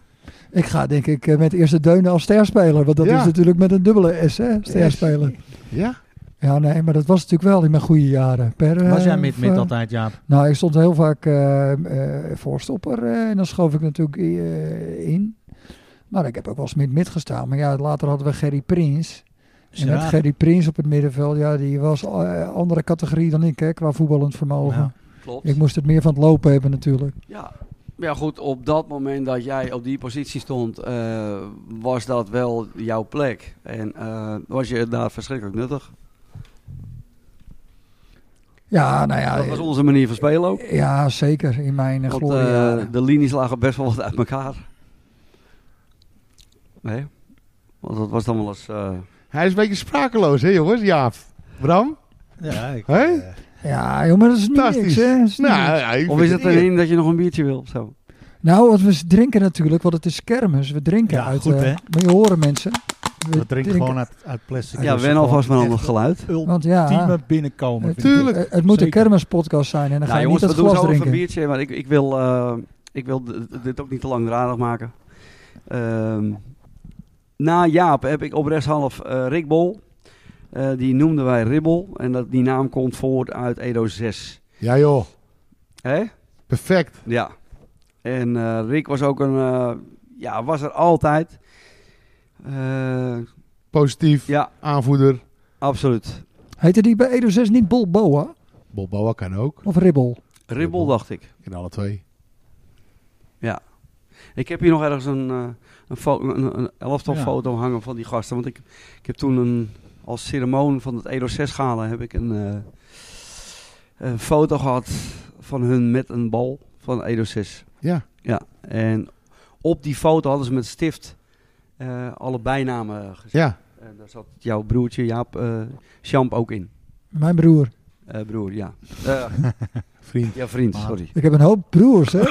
[SPEAKER 5] Ik ga denk ik eh, met de eerste deunen als sterspeler. Want dat
[SPEAKER 4] Ja.
[SPEAKER 5] is natuurlijk met een dubbele S, hè? Sterspeler.
[SPEAKER 4] Ja?
[SPEAKER 5] Ja, nee, maar dat was natuurlijk wel in mijn goede jaren. Per, eh,
[SPEAKER 1] Was jij
[SPEAKER 5] of,
[SPEAKER 1] mid-mid
[SPEAKER 5] eh,
[SPEAKER 1] altijd, Jaap?
[SPEAKER 5] Nou, ik stond heel vaak eh, eh, voorstopper. eh, en dan schoof ik natuurlijk eh, in. Maar ik heb ook wel eens mid-mid gestaan. Maar ja, later hadden we Gerry Prins. En met
[SPEAKER 1] Gerard.
[SPEAKER 5] Gerry Prins op het middenveld, ja, die was eh, andere categorie dan ik, hè, qua voetballend vermogen.
[SPEAKER 1] Ja.
[SPEAKER 3] Klopt.
[SPEAKER 5] Ik moest het meer van het lopen hebben natuurlijk.
[SPEAKER 3] Ja. ja, goed. Op dat moment dat jij op die positie stond, eh, was dat wel jouw plek. En eh, was je daar verschrikkelijk nuttig.
[SPEAKER 5] Ja, nou ja.
[SPEAKER 3] Dat was onze manier van spelen ook.
[SPEAKER 5] Ja, zeker. In mijn eh,
[SPEAKER 3] Want
[SPEAKER 5] gloria.
[SPEAKER 3] eh, de linies lagen best wel wat uit elkaar. Nee? Want dat was dan wel eens... eh,
[SPEAKER 4] Hij is een beetje sprakeloos, hè, jongens? Jaap. Bram?
[SPEAKER 1] Ja, ik...
[SPEAKER 4] Hè?
[SPEAKER 1] eh,
[SPEAKER 5] ja, jongen, dat is niet niks,
[SPEAKER 4] Fantastisch.
[SPEAKER 5] hè. Dat is niet
[SPEAKER 4] Nou,
[SPEAKER 5] niks.
[SPEAKER 4] ja, ik
[SPEAKER 3] of is
[SPEAKER 4] vind
[SPEAKER 3] het
[SPEAKER 4] eer.
[SPEAKER 3] erin dat je nog een biertje wil? of Zo.
[SPEAKER 5] Nou, want we drinken natuurlijk, want het is kermis. We drinken
[SPEAKER 1] Ja,
[SPEAKER 5] uit...
[SPEAKER 1] goed,
[SPEAKER 5] eh,
[SPEAKER 1] hè?
[SPEAKER 5] Moet je horen, mensen.
[SPEAKER 1] We drinken gewoon uit, uit plastic. Ah.
[SPEAKER 3] Ja,
[SPEAKER 1] Dus
[SPEAKER 3] wen
[SPEAKER 1] gewoon
[SPEAKER 3] alvast maar aan
[SPEAKER 1] echt
[SPEAKER 3] het geluid.
[SPEAKER 5] Want ja,
[SPEAKER 1] Ultieme binnenkomen.
[SPEAKER 5] het,
[SPEAKER 1] vind ik.
[SPEAKER 4] Tuurlijk.
[SPEAKER 5] het- het moet een
[SPEAKER 1] Zeker.
[SPEAKER 5] kermispodcast zijn en dan ga
[SPEAKER 3] Nou
[SPEAKER 5] je
[SPEAKER 3] jongens,
[SPEAKER 5] niet
[SPEAKER 3] we
[SPEAKER 5] het
[SPEAKER 3] doen
[SPEAKER 5] glas
[SPEAKER 3] zo even een
[SPEAKER 5] drinken.
[SPEAKER 3] biertje. Maar ik, ik wil, eh, ik wil d- dit ook niet te langdradig maken. Ehm, na Jaap heb ik op rechtshalf eh Rick Bol. Eh, die noemden wij Ribbel. En dat, die naam komt voort uit Edo 6.
[SPEAKER 4] Ja, joh.
[SPEAKER 3] Hè?
[SPEAKER 4] Perfect.
[SPEAKER 3] Ja. En eh, Rick was ook een... eh, ja, was er altijd. Eh,
[SPEAKER 4] Positief.
[SPEAKER 3] ja,
[SPEAKER 4] Aanvoerder.
[SPEAKER 3] absoluut.
[SPEAKER 5] Heette die bij Edo 6 niet Bolboa
[SPEAKER 4] Bob Bauer kan ook.
[SPEAKER 5] of Ribbel?
[SPEAKER 3] Ribbel, dacht ik.
[SPEAKER 4] In alle twee.
[SPEAKER 3] Ik heb hier nog ergens een, eh, een, fo- een, een elftal
[SPEAKER 1] Ja.
[SPEAKER 3] foto hangen van die gasten. Want ik, ik heb toen een, als ceremonie van het Edo 6 gala heb ik een, eh, een foto gehad van hun met een bal van Edo 6.
[SPEAKER 4] Ja.
[SPEAKER 3] Ja, en op die foto hadden ze met stift eh alle bijnamen gezet.
[SPEAKER 4] Ja.
[SPEAKER 3] En Eh, daar zat jouw broertje Jaap eh Champ ook in.
[SPEAKER 5] Mijn broer.
[SPEAKER 3] Eh, broer, ja. Eh,
[SPEAKER 4] Vriend.
[SPEAKER 3] ja, vriend,
[SPEAKER 1] Maat.
[SPEAKER 3] sorry.
[SPEAKER 5] Ik heb een hoop broers, hè?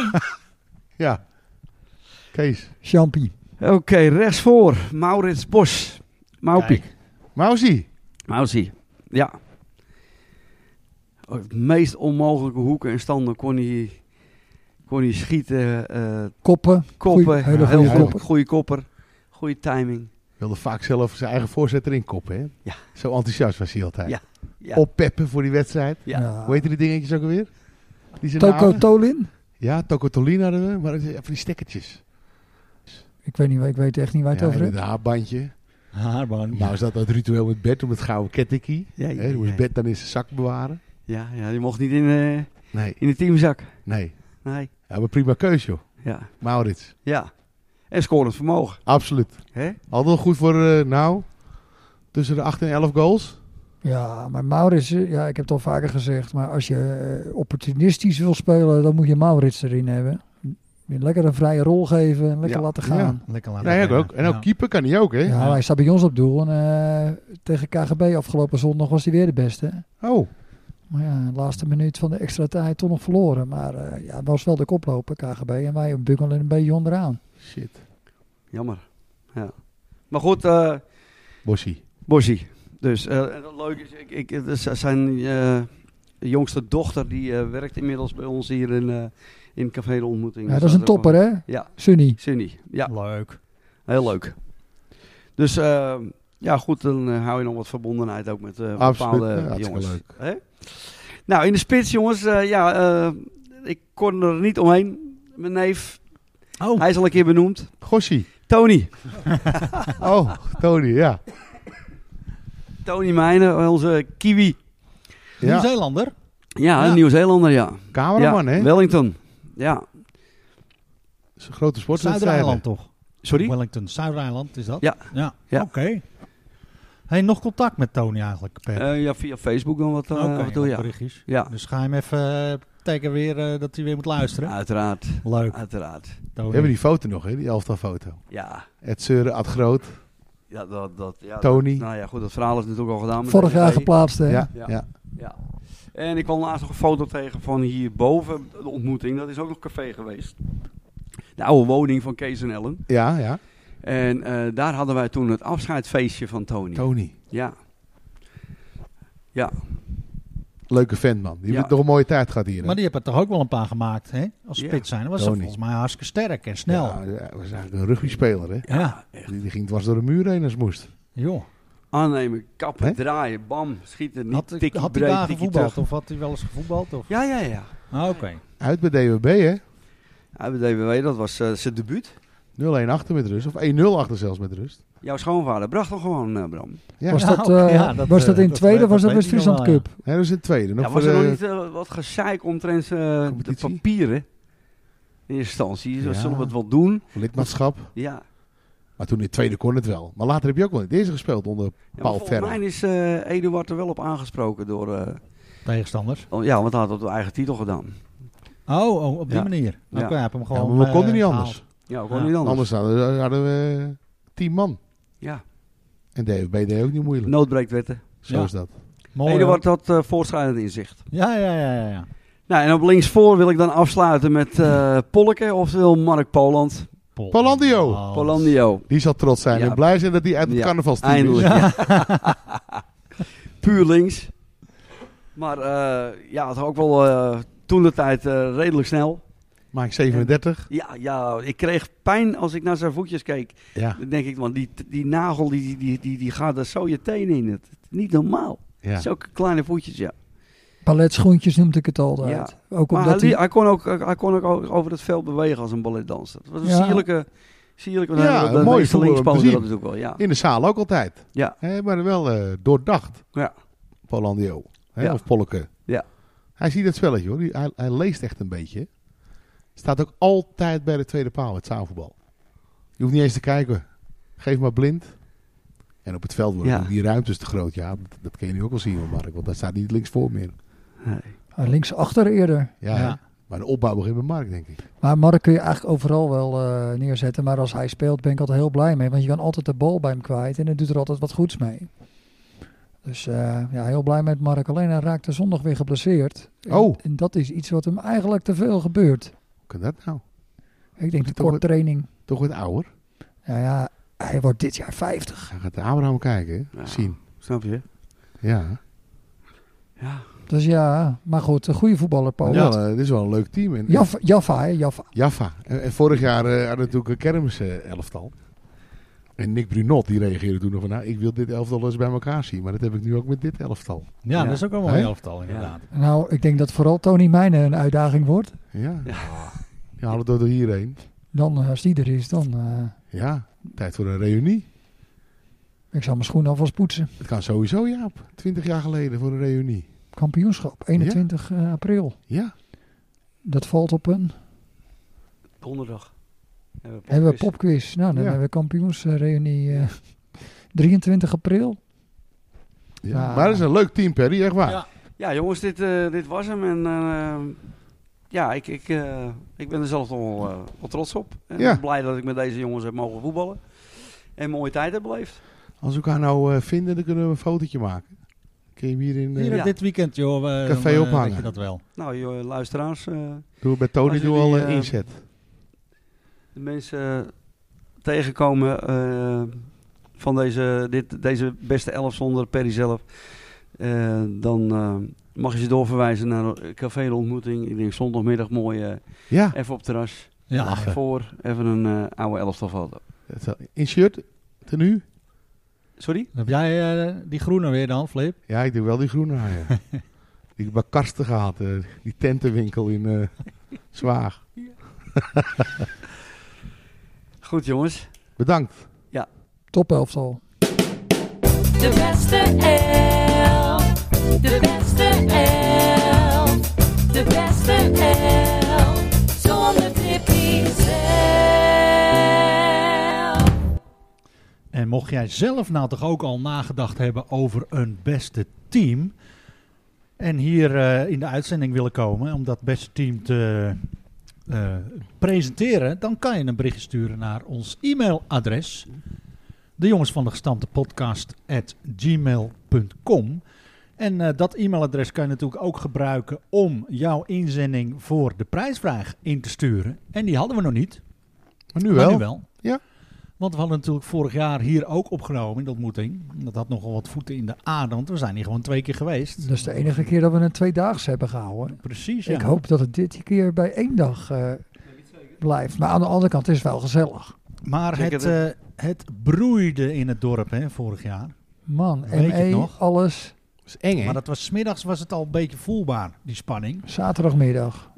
[SPEAKER 4] Ja. Kees.
[SPEAKER 5] Champie.
[SPEAKER 3] Oké, rechtsvoor. Maurits Bos. Maupie.
[SPEAKER 1] Kijk.
[SPEAKER 4] Mausie.
[SPEAKER 3] Mousie, ja. Op de meest onmogelijke hoeken en standen kon hij, kon hij schieten. eh
[SPEAKER 5] Koppen.
[SPEAKER 3] koppen,
[SPEAKER 5] Goeie- hele
[SPEAKER 3] heel
[SPEAKER 5] goede
[SPEAKER 3] goed,
[SPEAKER 5] koppen.
[SPEAKER 3] goede kopper, goede timing.
[SPEAKER 4] Wilde vaak zelf zijn eigen voorzet erin koppen, hè?
[SPEAKER 3] Ja.
[SPEAKER 4] Zo enthousiast was hij altijd.
[SPEAKER 3] Ja. Ja.
[SPEAKER 4] Oppeppen voor die wedstrijd.
[SPEAKER 3] Ja.
[SPEAKER 4] Hoe heette die dingetjes ook alweer? Die zijn
[SPEAKER 5] Nou, Toko
[SPEAKER 4] namen?
[SPEAKER 5] Tolin?
[SPEAKER 4] Ja, Tokotolina hadden we, maar het- van die stekkertjes.
[SPEAKER 5] Ik weet, niet, ik weet echt niet waar je het
[SPEAKER 4] ja, en
[SPEAKER 5] over
[SPEAKER 4] met
[SPEAKER 5] hebt.
[SPEAKER 4] een haarbandje.
[SPEAKER 1] Haarband.
[SPEAKER 4] Nou is dat dat ritueel met Bert om het gouden kettingkie.
[SPEAKER 3] Ja, ja,
[SPEAKER 4] Hè, die moest
[SPEAKER 3] ja.
[SPEAKER 4] Bert dan in zijn zak bewaren.
[SPEAKER 3] Ja, ja, die mocht niet in, eh,
[SPEAKER 4] Nee,
[SPEAKER 3] in de teamzak.
[SPEAKER 4] nee.
[SPEAKER 3] Nee.
[SPEAKER 4] Ja, maar prima keus, joh.
[SPEAKER 3] Ja.
[SPEAKER 4] Maurits.
[SPEAKER 3] ja. En scorend vermogen.
[SPEAKER 4] Absoluut.
[SPEAKER 3] Hè?
[SPEAKER 4] Altijd goed voor, eh, nou, tussen de 8 en 11 goals.
[SPEAKER 5] Ja, maar Maurits, eh, ja, ik heb het al vaker gezegd, maar als je eh, opportunistisch wil spelen, dan moet je Maurits erin hebben. Lekker een vrije rol geven en lekker
[SPEAKER 4] Ja,
[SPEAKER 5] laten
[SPEAKER 4] ja.
[SPEAKER 5] gaan.
[SPEAKER 1] Lekker
[SPEAKER 4] Ja,
[SPEAKER 1] laten
[SPEAKER 4] hij
[SPEAKER 1] rennen.
[SPEAKER 4] ook. En ook
[SPEAKER 1] Ja.
[SPEAKER 4] keeper kan hij ook, hè?
[SPEAKER 5] Ja, hij staat bij ons op doel en eh, tegen KGB afgelopen zondag was hij weer de beste.
[SPEAKER 4] Oh,
[SPEAKER 5] Maar ja, de laatste minuut van de extra tijd toch nog verloren. Maar eh, ja, het was wel de koploper KGB en wij bukkelen een beetje onderaan.
[SPEAKER 4] shit.
[SPEAKER 3] Jammer. Ja. Maar goed, eh
[SPEAKER 4] Bossie.
[SPEAKER 3] Bosie. Dus eh, en dat leuk is, ik, ik, het is- zijn eh, jongste dochter die eh, werkt inmiddels bij ons hier in, eh, in Café de Ontmoeting.
[SPEAKER 5] Ja, dat is een topper, hè?
[SPEAKER 3] Ja.
[SPEAKER 5] Sunny.
[SPEAKER 3] Cindy, ja,
[SPEAKER 1] Leuk.
[SPEAKER 3] heel leuk. Dus eh, ja, goed, dan eh, hou je nog wat verbondenheid ook met eh
[SPEAKER 4] Absoluut,
[SPEAKER 3] bepaalde
[SPEAKER 4] ja, hartstikke
[SPEAKER 3] jongens.
[SPEAKER 4] leuk.
[SPEAKER 3] Hè? Nou, in de spits, jongens, eh, ja, eh, ik kon er niet omheen. Mijn neef,
[SPEAKER 1] Oh,
[SPEAKER 3] hij is al een keer benoemd.
[SPEAKER 4] Gossie.
[SPEAKER 3] Tony.
[SPEAKER 4] Oh, Tony, ja.
[SPEAKER 3] Tony Meijnen, onze Kiwi.
[SPEAKER 4] ja.
[SPEAKER 1] Nieuw-Zeelander.
[SPEAKER 3] Ja,
[SPEAKER 1] Ja.
[SPEAKER 3] een Nieuw-Zeelander, ja.
[SPEAKER 4] Cameraman,
[SPEAKER 3] ja,
[SPEAKER 4] hè?
[SPEAKER 3] Wellington. Ja,
[SPEAKER 4] is een grote sport.
[SPEAKER 1] Zuid-Eiland toch?
[SPEAKER 3] sorry?
[SPEAKER 1] Wellington, Zuid-Eiland is dat?
[SPEAKER 3] Ja.
[SPEAKER 1] ja.
[SPEAKER 3] Ja.
[SPEAKER 1] Oké. Hey, nog contact met Tony eigenlijk, Per?
[SPEAKER 3] Eh, ja, via Facebook dan wat, eh
[SPEAKER 1] Oké,
[SPEAKER 3] wat doe
[SPEAKER 1] wat
[SPEAKER 3] je?
[SPEAKER 1] berichtjes.
[SPEAKER 3] Ja,
[SPEAKER 1] Dus ga hem even eh, teken weer eh, dat hij weer moet luisteren.
[SPEAKER 3] uiteraard,
[SPEAKER 1] Leuk,
[SPEAKER 3] uiteraard.
[SPEAKER 4] We
[SPEAKER 1] Tony.
[SPEAKER 4] hebben die foto nog, hè? Die elftalfoto.
[SPEAKER 3] Ja,
[SPEAKER 4] Ed Seuren, Ad Groot,
[SPEAKER 3] ja dat... dat ja,
[SPEAKER 4] Tony.
[SPEAKER 3] Nou ja, goed, dat verhaal is natuurlijk al gedaan. met
[SPEAKER 5] Vorig
[SPEAKER 3] de
[SPEAKER 5] jaar
[SPEAKER 3] NEC.
[SPEAKER 5] geplaatst, hè?
[SPEAKER 4] Ja,
[SPEAKER 3] Ja.
[SPEAKER 4] ja.
[SPEAKER 3] Ja. En ik kwam laatst nog een foto tegen van hierboven, de ontmoeting. Dat is ook nog café geweest. De oude woning van Kees en Ellen.
[SPEAKER 4] Ja, ja.
[SPEAKER 3] En eh, daar hadden wij toen het afscheidfeestje van Tony.
[SPEAKER 4] Tony.
[SPEAKER 3] Ja.
[SPEAKER 4] Leuke vent, man. Die
[SPEAKER 3] Ja.
[SPEAKER 4] heeft nog een mooie tijd gehad hier. hè?
[SPEAKER 1] Maar die hebben er toch ook wel een paar gemaakt, hè? Als
[SPEAKER 3] Ja.
[SPEAKER 1] spits zijn. Dan was ze
[SPEAKER 4] Tony.
[SPEAKER 1] volgens mij hartstikke sterk en snel.
[SPEAKER 4] Ja,
[SPEAKER 1] Ja.
[SPEAKER 4] hij was eigenlijk een rugbyspeler, hè? Die, die ging dwars door de muur heen als moest.
[SPEAKER 1] Joh.
[SPEAKER 3] Aannemen, kappen,
[SPEAKER 4] Hè?
[SPEAKER 3] draaien, bam, schieten, niet
[SPEAKER 1] Had,
[SPEAKER 3] tikkie
[SPEAKER 1] had hij
[SPEAKER 3] breed,
[SPEAKER 1] daar
[SPEAKER 3] tikkie
[SPEAKER 1] gevoetbald?
[SPEAKER 3] terug.
[SPEAKER 1] Of had hij wel eens gevoetbald? Of?
[SPEAKER 3] Ja, ja, ja.
[SPEAKER 1] Ah, Oké.
[SPEAKER 4] Uit bij DWB, hè?
[SPEAKER 3] Ja, bij DBW, dat was eh, zijn debuut.
[SPEAKER 4] 0-1 achter met rust. Of 1-0 achter zelfs met rust.
[SPEAKER 3] Jouw schoonvader bracht hem gewoon, eh, Bram.
[SPEAKER 4] Ja,
[SPEAKER 5] Was,
[SPEAKER 1] Ja,
[SPEAKER 5] dat,
[SPEAKER 1] oké,
[SPEAKER 5] eh,
[SPEAKER 1] ja, dat,
[SPEAKER 5] was dat
[SPEAKER 1] eh,
[SPEAKER 5] in
[SPEAKER 1] dat
[SPEAKER 5] tweede
[SPEAKER 1] weet-
[SPEAKER 5] of was
[SPEAKER 1] dat
[SPEAKER 5] dat
[SPEAKER 1] weet ik nog
[SPEAKER 5] West-Friesland
[SPEAKER 1] wel, ja.
[SPEAKER 5] Cup?
[SPEAKER 4] Hij was in het tweede. Nog
[SPEAKER 3] Ja,
[SPEAKER 4] voor
[SPEAKER 3] was er nog
[SPEAKER 4] de-
[SPEAKER 3] niet eh, wat gezeik omtrent eh, de
[SPEAKER 4] Competitie?
[SPEAKER 3] papieren? In eerste instantie, dus
[SPEAKER 4] Ja.
[SPEAKER 3] zullen we het wel doen?
[SPEAKER 4] lidmaatschap.
[SPEAKER 3] Ja.
[SPEAKER 4] Maar toen in het tweede kon het wel. Maar later heb je ook wel in het eerste gespeeld onder
[SPEAKER 3] Ja, maar
[SPEAKER 4] Paul
[SPEAKER 3] volgens
[SPEAKER 4] Verre.
[SPEAKER 3] mij is eh, Eduard er wel op aangesproken door... eh,
[SPEAKER 1] Tegenstanders.
[SPEAKER 3] oh, ja, want hij had het op eigen titel gedaan.
[SPEAKER 1] Oh, oh, op die
[SPEAKER 3] Ja.
[SPEAKER 1] manier. Oké,
[SPEAKER 3] Ja.
[SPEAKER 1] hij heeft hem gewoon.
[SPEAKER 4] Ja, maar we
[SPEAKER 1] eh,
[SPEAKER 4] konden niet
[SPEAKER 1] gehaald.
[SPEAKER 4] anders.
[SPEAKER 3] Ja, ook wel
[SPEAKER 1] Ja.
[SPEAKER 3] niet anders.
[SPEAKER 4] Anders hadden, eh, hadden we tien man.
[SPEAKER 3] Ja,
[SPEAKER 4] En DFB deed ook niet moeilijk.
[SPEAKER 3] noodbreekwetten.
[SPEAKER 4] Zo
[SPEAKER 1] Ja.
[SPEAKER 4] is dat.
[SPEAKER 1] Mooi.
[SPEAKER 3] Eduard had eh voortschrijdend inzicht.
[SPEAKER 1] hoor. Ja, ja, ja, ja. ja.
[SPEAKER 3] Nou, en op linksvoor wil ik dan afsluiten met eh Polke, oftewel Mark Poland.
[SPEAKER 1] Pol-
[SPEAKER 4] Pollandio.
[SPEAKER 1] Pol-
[SPEAKER 3] Polandio.
[SPEAKER 4] Die zal trots zijn
[SPEAKER 3] Ja.
[SPEAKER 4] en blij zijn dat hij uit het
[SPEAKER 3] Ja,
[SPEAKER 4] carnavalsteam
[SPEAKER 3] Eindelijk.
[SPEAKER 4] is.
[SPEAKER 3] ja. Puur links. Maar eh, ja, het was ook wel toen de tijd redelijk snel.
[SPEAKER 4] Maak 37.
[SPEAKER 3] Ja, ja, ik kreeg pijn als ik naar zijn voetjes keek.
[SPEAKER 4] Ja.
[SPEAKER 3] Dan denk ik, want die, die nagel die, die, die, die gaat er zo je teen in. Het, niet normaal.
[SPEAKER 4] ja.
[SPEAKER 3] Zulke kleine voetjes, ja.
[SPEAKER 5] Paletschoentjes noemde ik het altijd. Ook
[SPEAKER 3] Maar hij,
[SPEAKER 5] omdat
[SPEAKER 3] li-
[SPEAKER 5] hij...
[SPEAKER 3] hij kon ook, hij kon ook o- over het veld bewegen als een balletdanser. Het was een
[SPEAKER 5] Ja.
[SPEAKER 3] sierlijke... Sierlijke,
[SPEAKER 4] Ja,
[SPEAKER 3] de- de,
[SPEAKER 4] een mooie
[SPEAKER 3] meeste
[SPEAKER 4] voetballer om te
[SPEAKER 3] linkspoten
[SPEAKER 4] zien.
[SPEAKER 3] dat natuurlijk wel, ja.
[SPEAKER 4] In de zaal ook altijd.
[SPEAKER 3] Ja.
[SPEAKER 4] Hè, maar wel eh, doordacht.
[SPEAKER 3] Ja.
[SPEAKER 4] Pollandio. Hè,
[SPEAKER 3] Ja.
[SPEAKER 4] Of Polke.
[SPEAKER 3] Ja.
[SPEAKER 4] Hij ziet het spelletje hoor. Die- Hij, hij leest echt een beetje. Staat ook altijd bij de tweede paal met zaalvoetbal. Je hoeft niet eens te kijken. Geef maar blind. En op het veld worden
[SPEAKER 3] Ja.
[SPEAKER 4] die ruimtes te groot. Ja, dat, dat kun je nu ook wel zien hoor, Mark. Want daar staat niet links voor meer.
[SPEAKER 5] Ah, Linksachter eerder.
[SPEAKER 4] Ja,
[SPEAKER 1] Ja.
[SPEAKER 4] hè? Maar de opbouw begint bij Mark, denk ik.
[SPEAKER 5] Maar Mark kun je eigenlijk overal wel eh, neerzetten. Maar als hij speelt ben ik altijd heel blij mee. Want je kan altijd de bal bij hem kwijt. En hij doet er altijd wat goeds mee. Dus eh, ja, heel blij met Mark. Alleen hij raakte zondag weer geblesseerd. En-
[SPEAKER 4] Oh.
[SPEAKER 5] En dat is iets wat hem eigenlijk te veel gebeurt.
[SPEAKER 4] Hoe kan dat nou?
[SPEAKER 5] Ik denk
[SPEAKER 4] het
[SPEAKER 5] de
[SPEAKER 4] ook
[SPEAKER 5] kort training.
[SPEAKER 4] Toch wat ouder?
[SPEAKER 5] Nou ja, hij wordt dit jaar 50.
[SPEAKER 4] Hij gaat de Abraham kijken, hè?
[SPEAKER 3] Ja.
[SPEAKER 4] zien.
[SPEAKER 3] Snap je?
[SPEAKER 4] Ja.
[SPEAKER 3] Ja.
[SPEAKER 5] Dus ja, maar goed, een goede voetballer, Paul.
[SPEAKER 4] Wel, eh, dit is wel een leuk team. En,
[SPEAKER 5] Jaffa, Jaffa, hè? Jaffa.
[SPEAKER 4] Jaffa. En, en vorig jaar eh, hadden we natuurlijk een kermis-elftal. en Nick Brunot die reageerde toen nog van... Nou, ik wil dit elftal eens bij elkaar zien. Maar dat heb ik nu ook met dit elftal.
[SPEAKER 1] Ja,
[SPEAKER 3] Ja.
[SPEAKER 1] dat is ook wel een
[SPEAKER 4] Hè?
[SPEAKER 1] mooi elftal inderdaad.
[SPEAKER 5] Nou, ik denk dat vooral Tony Mijnen een uitdaging wordt.
[SPEAKER 4] Ja.
[SPEAKER 3] Ja.
[SPEAKER 4] Die halen door hierheen.
[SPEAKER 5] Dan, eh, als die er is, dan... eh,
[SPEAKER 4] Ja. Tijd voor een reunie.
[SPEAKER 5] ik zal mijn schoenen alvast poetsen.
[SPEAKER 4] Het kan sowieso, Jaap. Twintig jaar geleden voor een reunie.
[SPEAKER 5] Kampioenschap, 21 eh, april.
[SPEAKER 4] Ja.
[SPEAKER 5] Dat valt op een
[SPEAKER 3] Donderdag. Hebben we
[SPEAKER 5] Hebben we
[SPEAKER 3] popquiz.
[SPEAKER 5] popquiz. Nou, dan
[SPEAKER 4] Ja.
[SPEAKER 5] hebben we kampioensreunie eh, 23 april.
[SPEAKER 4] Ja.
[SPEAKER 5] Ah.
[SPEAKER 4] Maar dat is een leuk team, Perry, echt waar.
[SPEAKER 1] Ja.
[SPEAKER 3] Ja, jongens, dit, eh, dit was hem. En eh, ja, ik, ik, eh, ik ben er zelf toch wel, eh, wel trots op. En
[SPEAKER 4] Ja.
[SPEAKER 3] blij dat ik met deze jongens heb mogen voetballen. En mooie tijd heb beleefd.
[SPEAKER 4] Als we elkaar nou eh, vinden, dan kunnen we een fotootje maken. Kun je hem hier in... eh,
[SPEAKER 1] Hier,
[SPEAKER 3] Ja.
[SPEAKER 1] Dit weekend, joh. we-
[SPEAKER 4] Café
[SPEAKER 1] dan, eh,
[SPEAKER 4] ophangen.
[SPEAKER 1] weet je dat wel.
[SPEAKER 3] Nou, joh, luisteraars, eh,
[SPEAKER 4] Doen we bij Tony
[SPEAKER 3] Als
[SPEAKER 4] doen we
[SPEAKER 3] jullie,
[SPEAKER 4] al eh,
[SPEAKER 3] eh,
[SPEAKER 4] inzet.
[SPEAKER 3] de mensen eh, tegenkomen eh, van deze, dit, deze beste elf zonder Perry zelf. eh, dan eh, mag je ze doorverwijzen naar Café De Ontmoeting. Ik denk zondagmiddag mooi eh,
[SPEAKER 4] Ja,
[SPEAKER 3] even op het terras.
[SPEAKER 1] Ja,
[SPEAKER 4] Lachen.
[SPEAKER 3] Voor even een eh, oude elftal foto.
[SPEAKER 4] het zal- Eh, in shirt, tenue.
[SPEAKER 3] Sorry?
[SPEAKER 1] Heb jij eh, die groene weer dan, Flip?
[SPEAKER 4] Ja, ik doe wel die groene aan, ja. Die heb ik bij Karsten gehad, eh, die tentenwinkel in eh Zwaag.
[SPEAKER 3] Goed jongens.
[SPEAKER 4] Bedankt.
[SPEAKER 5] Top elftal.
[SPEAKER 7] De beste elf, de beste elf, de beste elf, zonder trippie zelf.
[SPEAKER 1] En mocht jij zelf nou toch ook al nagedacht hebben over een beste team. En hier eh, in de uitzending willen komen om dat beste team te eh, presenteren. Dan kan je een berichtje sturen naar ons e-mailadres. De jongens van de gestampte podcast at gmail.com. En eh, dat e-mailadres kan je natuurlijk ook gebruiken om jouw inzending voor de prijsvraag in te sturen. En die hadden we nog niet.
[SPEAKER 4] Maar nu
[SPEAKER 1] Maar
[SPEAKER 4] wel.
[SPEAKER 1] nu wel.
[SPEAKER 4] Ja.
[SPEAKER 1] Want we hadden natuurlijk vorig jaar hier ook opgenomen in de ontmoeting. Dat had nogal wat voeten in de aarde, want we zijn hier gewoon twee keer geweest.
[SPEAKER 5] Dat is de enige keer dat we een tweedaags hebben gehouden. Dus
[SPEAKER 1] Precies, ja.
[SPEAKER 5] Ik hoop dat het dit keer bij één dag eh, blijft. Maar aan de andere kant het is wel gezellig.
[SPEAKER 1] Maar
[SPEAKER 3] Zeker
[SPEAKER 1] het, eh, het broeide in het dorp hè, vorig jaar.
[SPEAKER 5] Man,
[SPEAKER 1] Weet je het
[SPEAKER 5] ME,
[SPEAKER 1] nog?
[SPEAKER 5] alles.
[SPEAKER 4] Dat is eng, hè?
[SPEAKER 1] Maar dat was, 's middags was het al een beetje voelbaar, die spanning.
[SPEAKER 5] Zaterdagmiddag.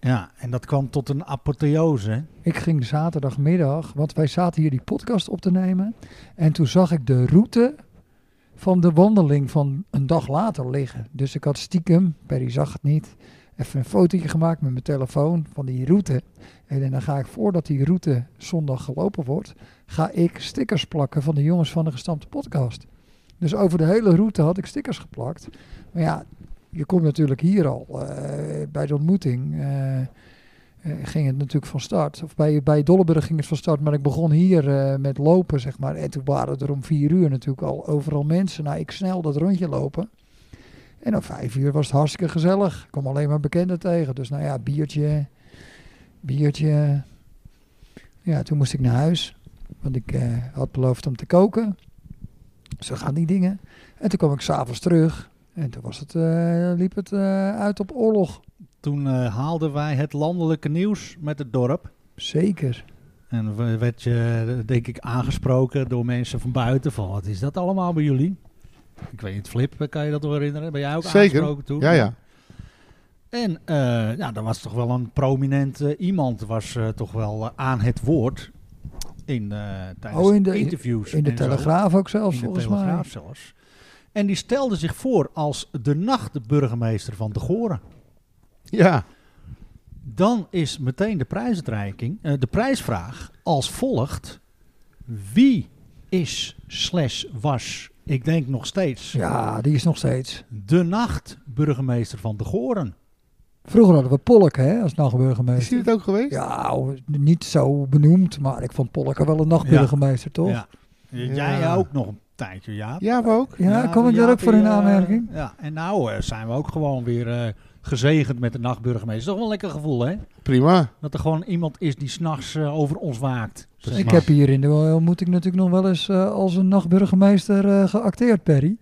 [SPEAKER 1] Ja, en dat kwam tot een apotheose. hè.
[SPEAKER 5] Ik ging zaterdagmiddag, want wij zaten hier die podcast op te nemen. En toen zag ik de route van de wandeling van een dag later liggen. Dus ik had stiekem, Perry zag het niet, even een fotootje gemaakt met mijn telefoon van die route. En dan ga ik, voordat die route zondag gelopen wordt, ga ik stickers plakken van de jongens van de gestampte podcast. Dus over de hele route had ik stickers geplakt. Maar ja, je komt natuurlijk hier al eh, bij de ontmoeting. eh, eh, ging het natuurlijk van start. Of bij, bij Dolleburg ging het van start, maar ik begon hier eh, met lopen, zeg maar. En toen waren er om vier uur natuurlijk al overal mensen. Nou, ik snel dat rondje lopen. En om vijf uur was het hartstikke gezellig. Ik kwam alleen maar bekenden tegen. Dus nou ja, biertje, biertje. Ja, toen moest ik naar huis. Want ik eh, had beloofd om te koken. Zo gaan die dingen. En toen kwam ik s'avonds terug. En toen was het, eh, liep het eh, uit op oorlog.
[SPEAKER 1] Toen eh, haalden wij het landelijke nieuws met het dorp.
[SPEAKER 5] Zeker.
[SPEAKER 1] En we- werd je, eh, denk ik, aangesproken door mensen van buiten. Van, wat is dat allemaal bij jullie? Ik weet niet, Flip, kan je dat nog herinneren? Ben jij ook
[SPEAKER 4] Zeker.
[SPEAKER 1] aangesproken toen?
[SPEAKER 4] Ja, ja.
[SPEAKER 1] En eh ja, er was toch wel een prominent eh, iemand, was eh, toch wel eh, aan het woord in, eh, tijdens
[SPEAKER 5] Oh, in de-
[SPEAKER 1] interviews.
[SPEAKER 5] In de
[SPEAKER 1] en zo.
[SPEAKER 5] Telegraaf ook zelfs,
[SPEAKER 1] In de
[SPEAKER 5] volgens
[SPEAKER 1] Telegraaf
[SPEAKER 5] mij.
[SPEAKER 1] zelfs. En die stelde zich voor als de nachtburgemeester van de Goren.
[SPEAKER 4] Ja.
[SPEAKER 1] Dan is meteen de prijsuitreiking, eh, de prijsvraag als volgt. Wie is slash was, ik denk nog steeds,
[SPEAKER 5] Ja, die is nog steeds.
[SPEAKER 1] de nachtburgemeester van de Goren?
[SPEAKER 5] Vroeger hadden we Polk, hè, als
[SPEAKER 4] Is hij
[SPEAKER 5] nachtburgemeester.
[SPEAKER 4] het ook geweest?
[SPEAKER 5] Ja, oh, niet zo benoemd, maar ik vond Polk wel een nachtburgemeester, toch?
[SPEAKER 1] Ja. Jij
[SPEAKER 4] Ja.
[SPEAKER 1] ook nog een tijdje, Jaap.
[SPEAKER 4] Ja, we ook.
[SPEAKER 5] Ja,
[SPEAKER 1] Nou,
[SPEAKER 5] kom ik daar ook
[SPEAKER 1] Jaapie,
[SPEAKER 5] voor in
[SPEAKER 1] eh,
[SPEAKER 5] aanmerking?
[SPEAKER 1] ja, en nou eh, zijn we ook gewoon weer eh, gezegend met de nachtburgemeester. Toch wel een lekker gevoel, hè?
[SPEAKER 4] Prima.
[SPEAKER 1] Dat er gewoon iemand is die s'nachts eh over ons waakt.
[SPEAKER 4] Precies.
[SPEAKER 5] Ik heb hier in de ontmoeting natuurlijk nog wel eens eh, als een nachtburgemeester eh, geacteerd, Perry.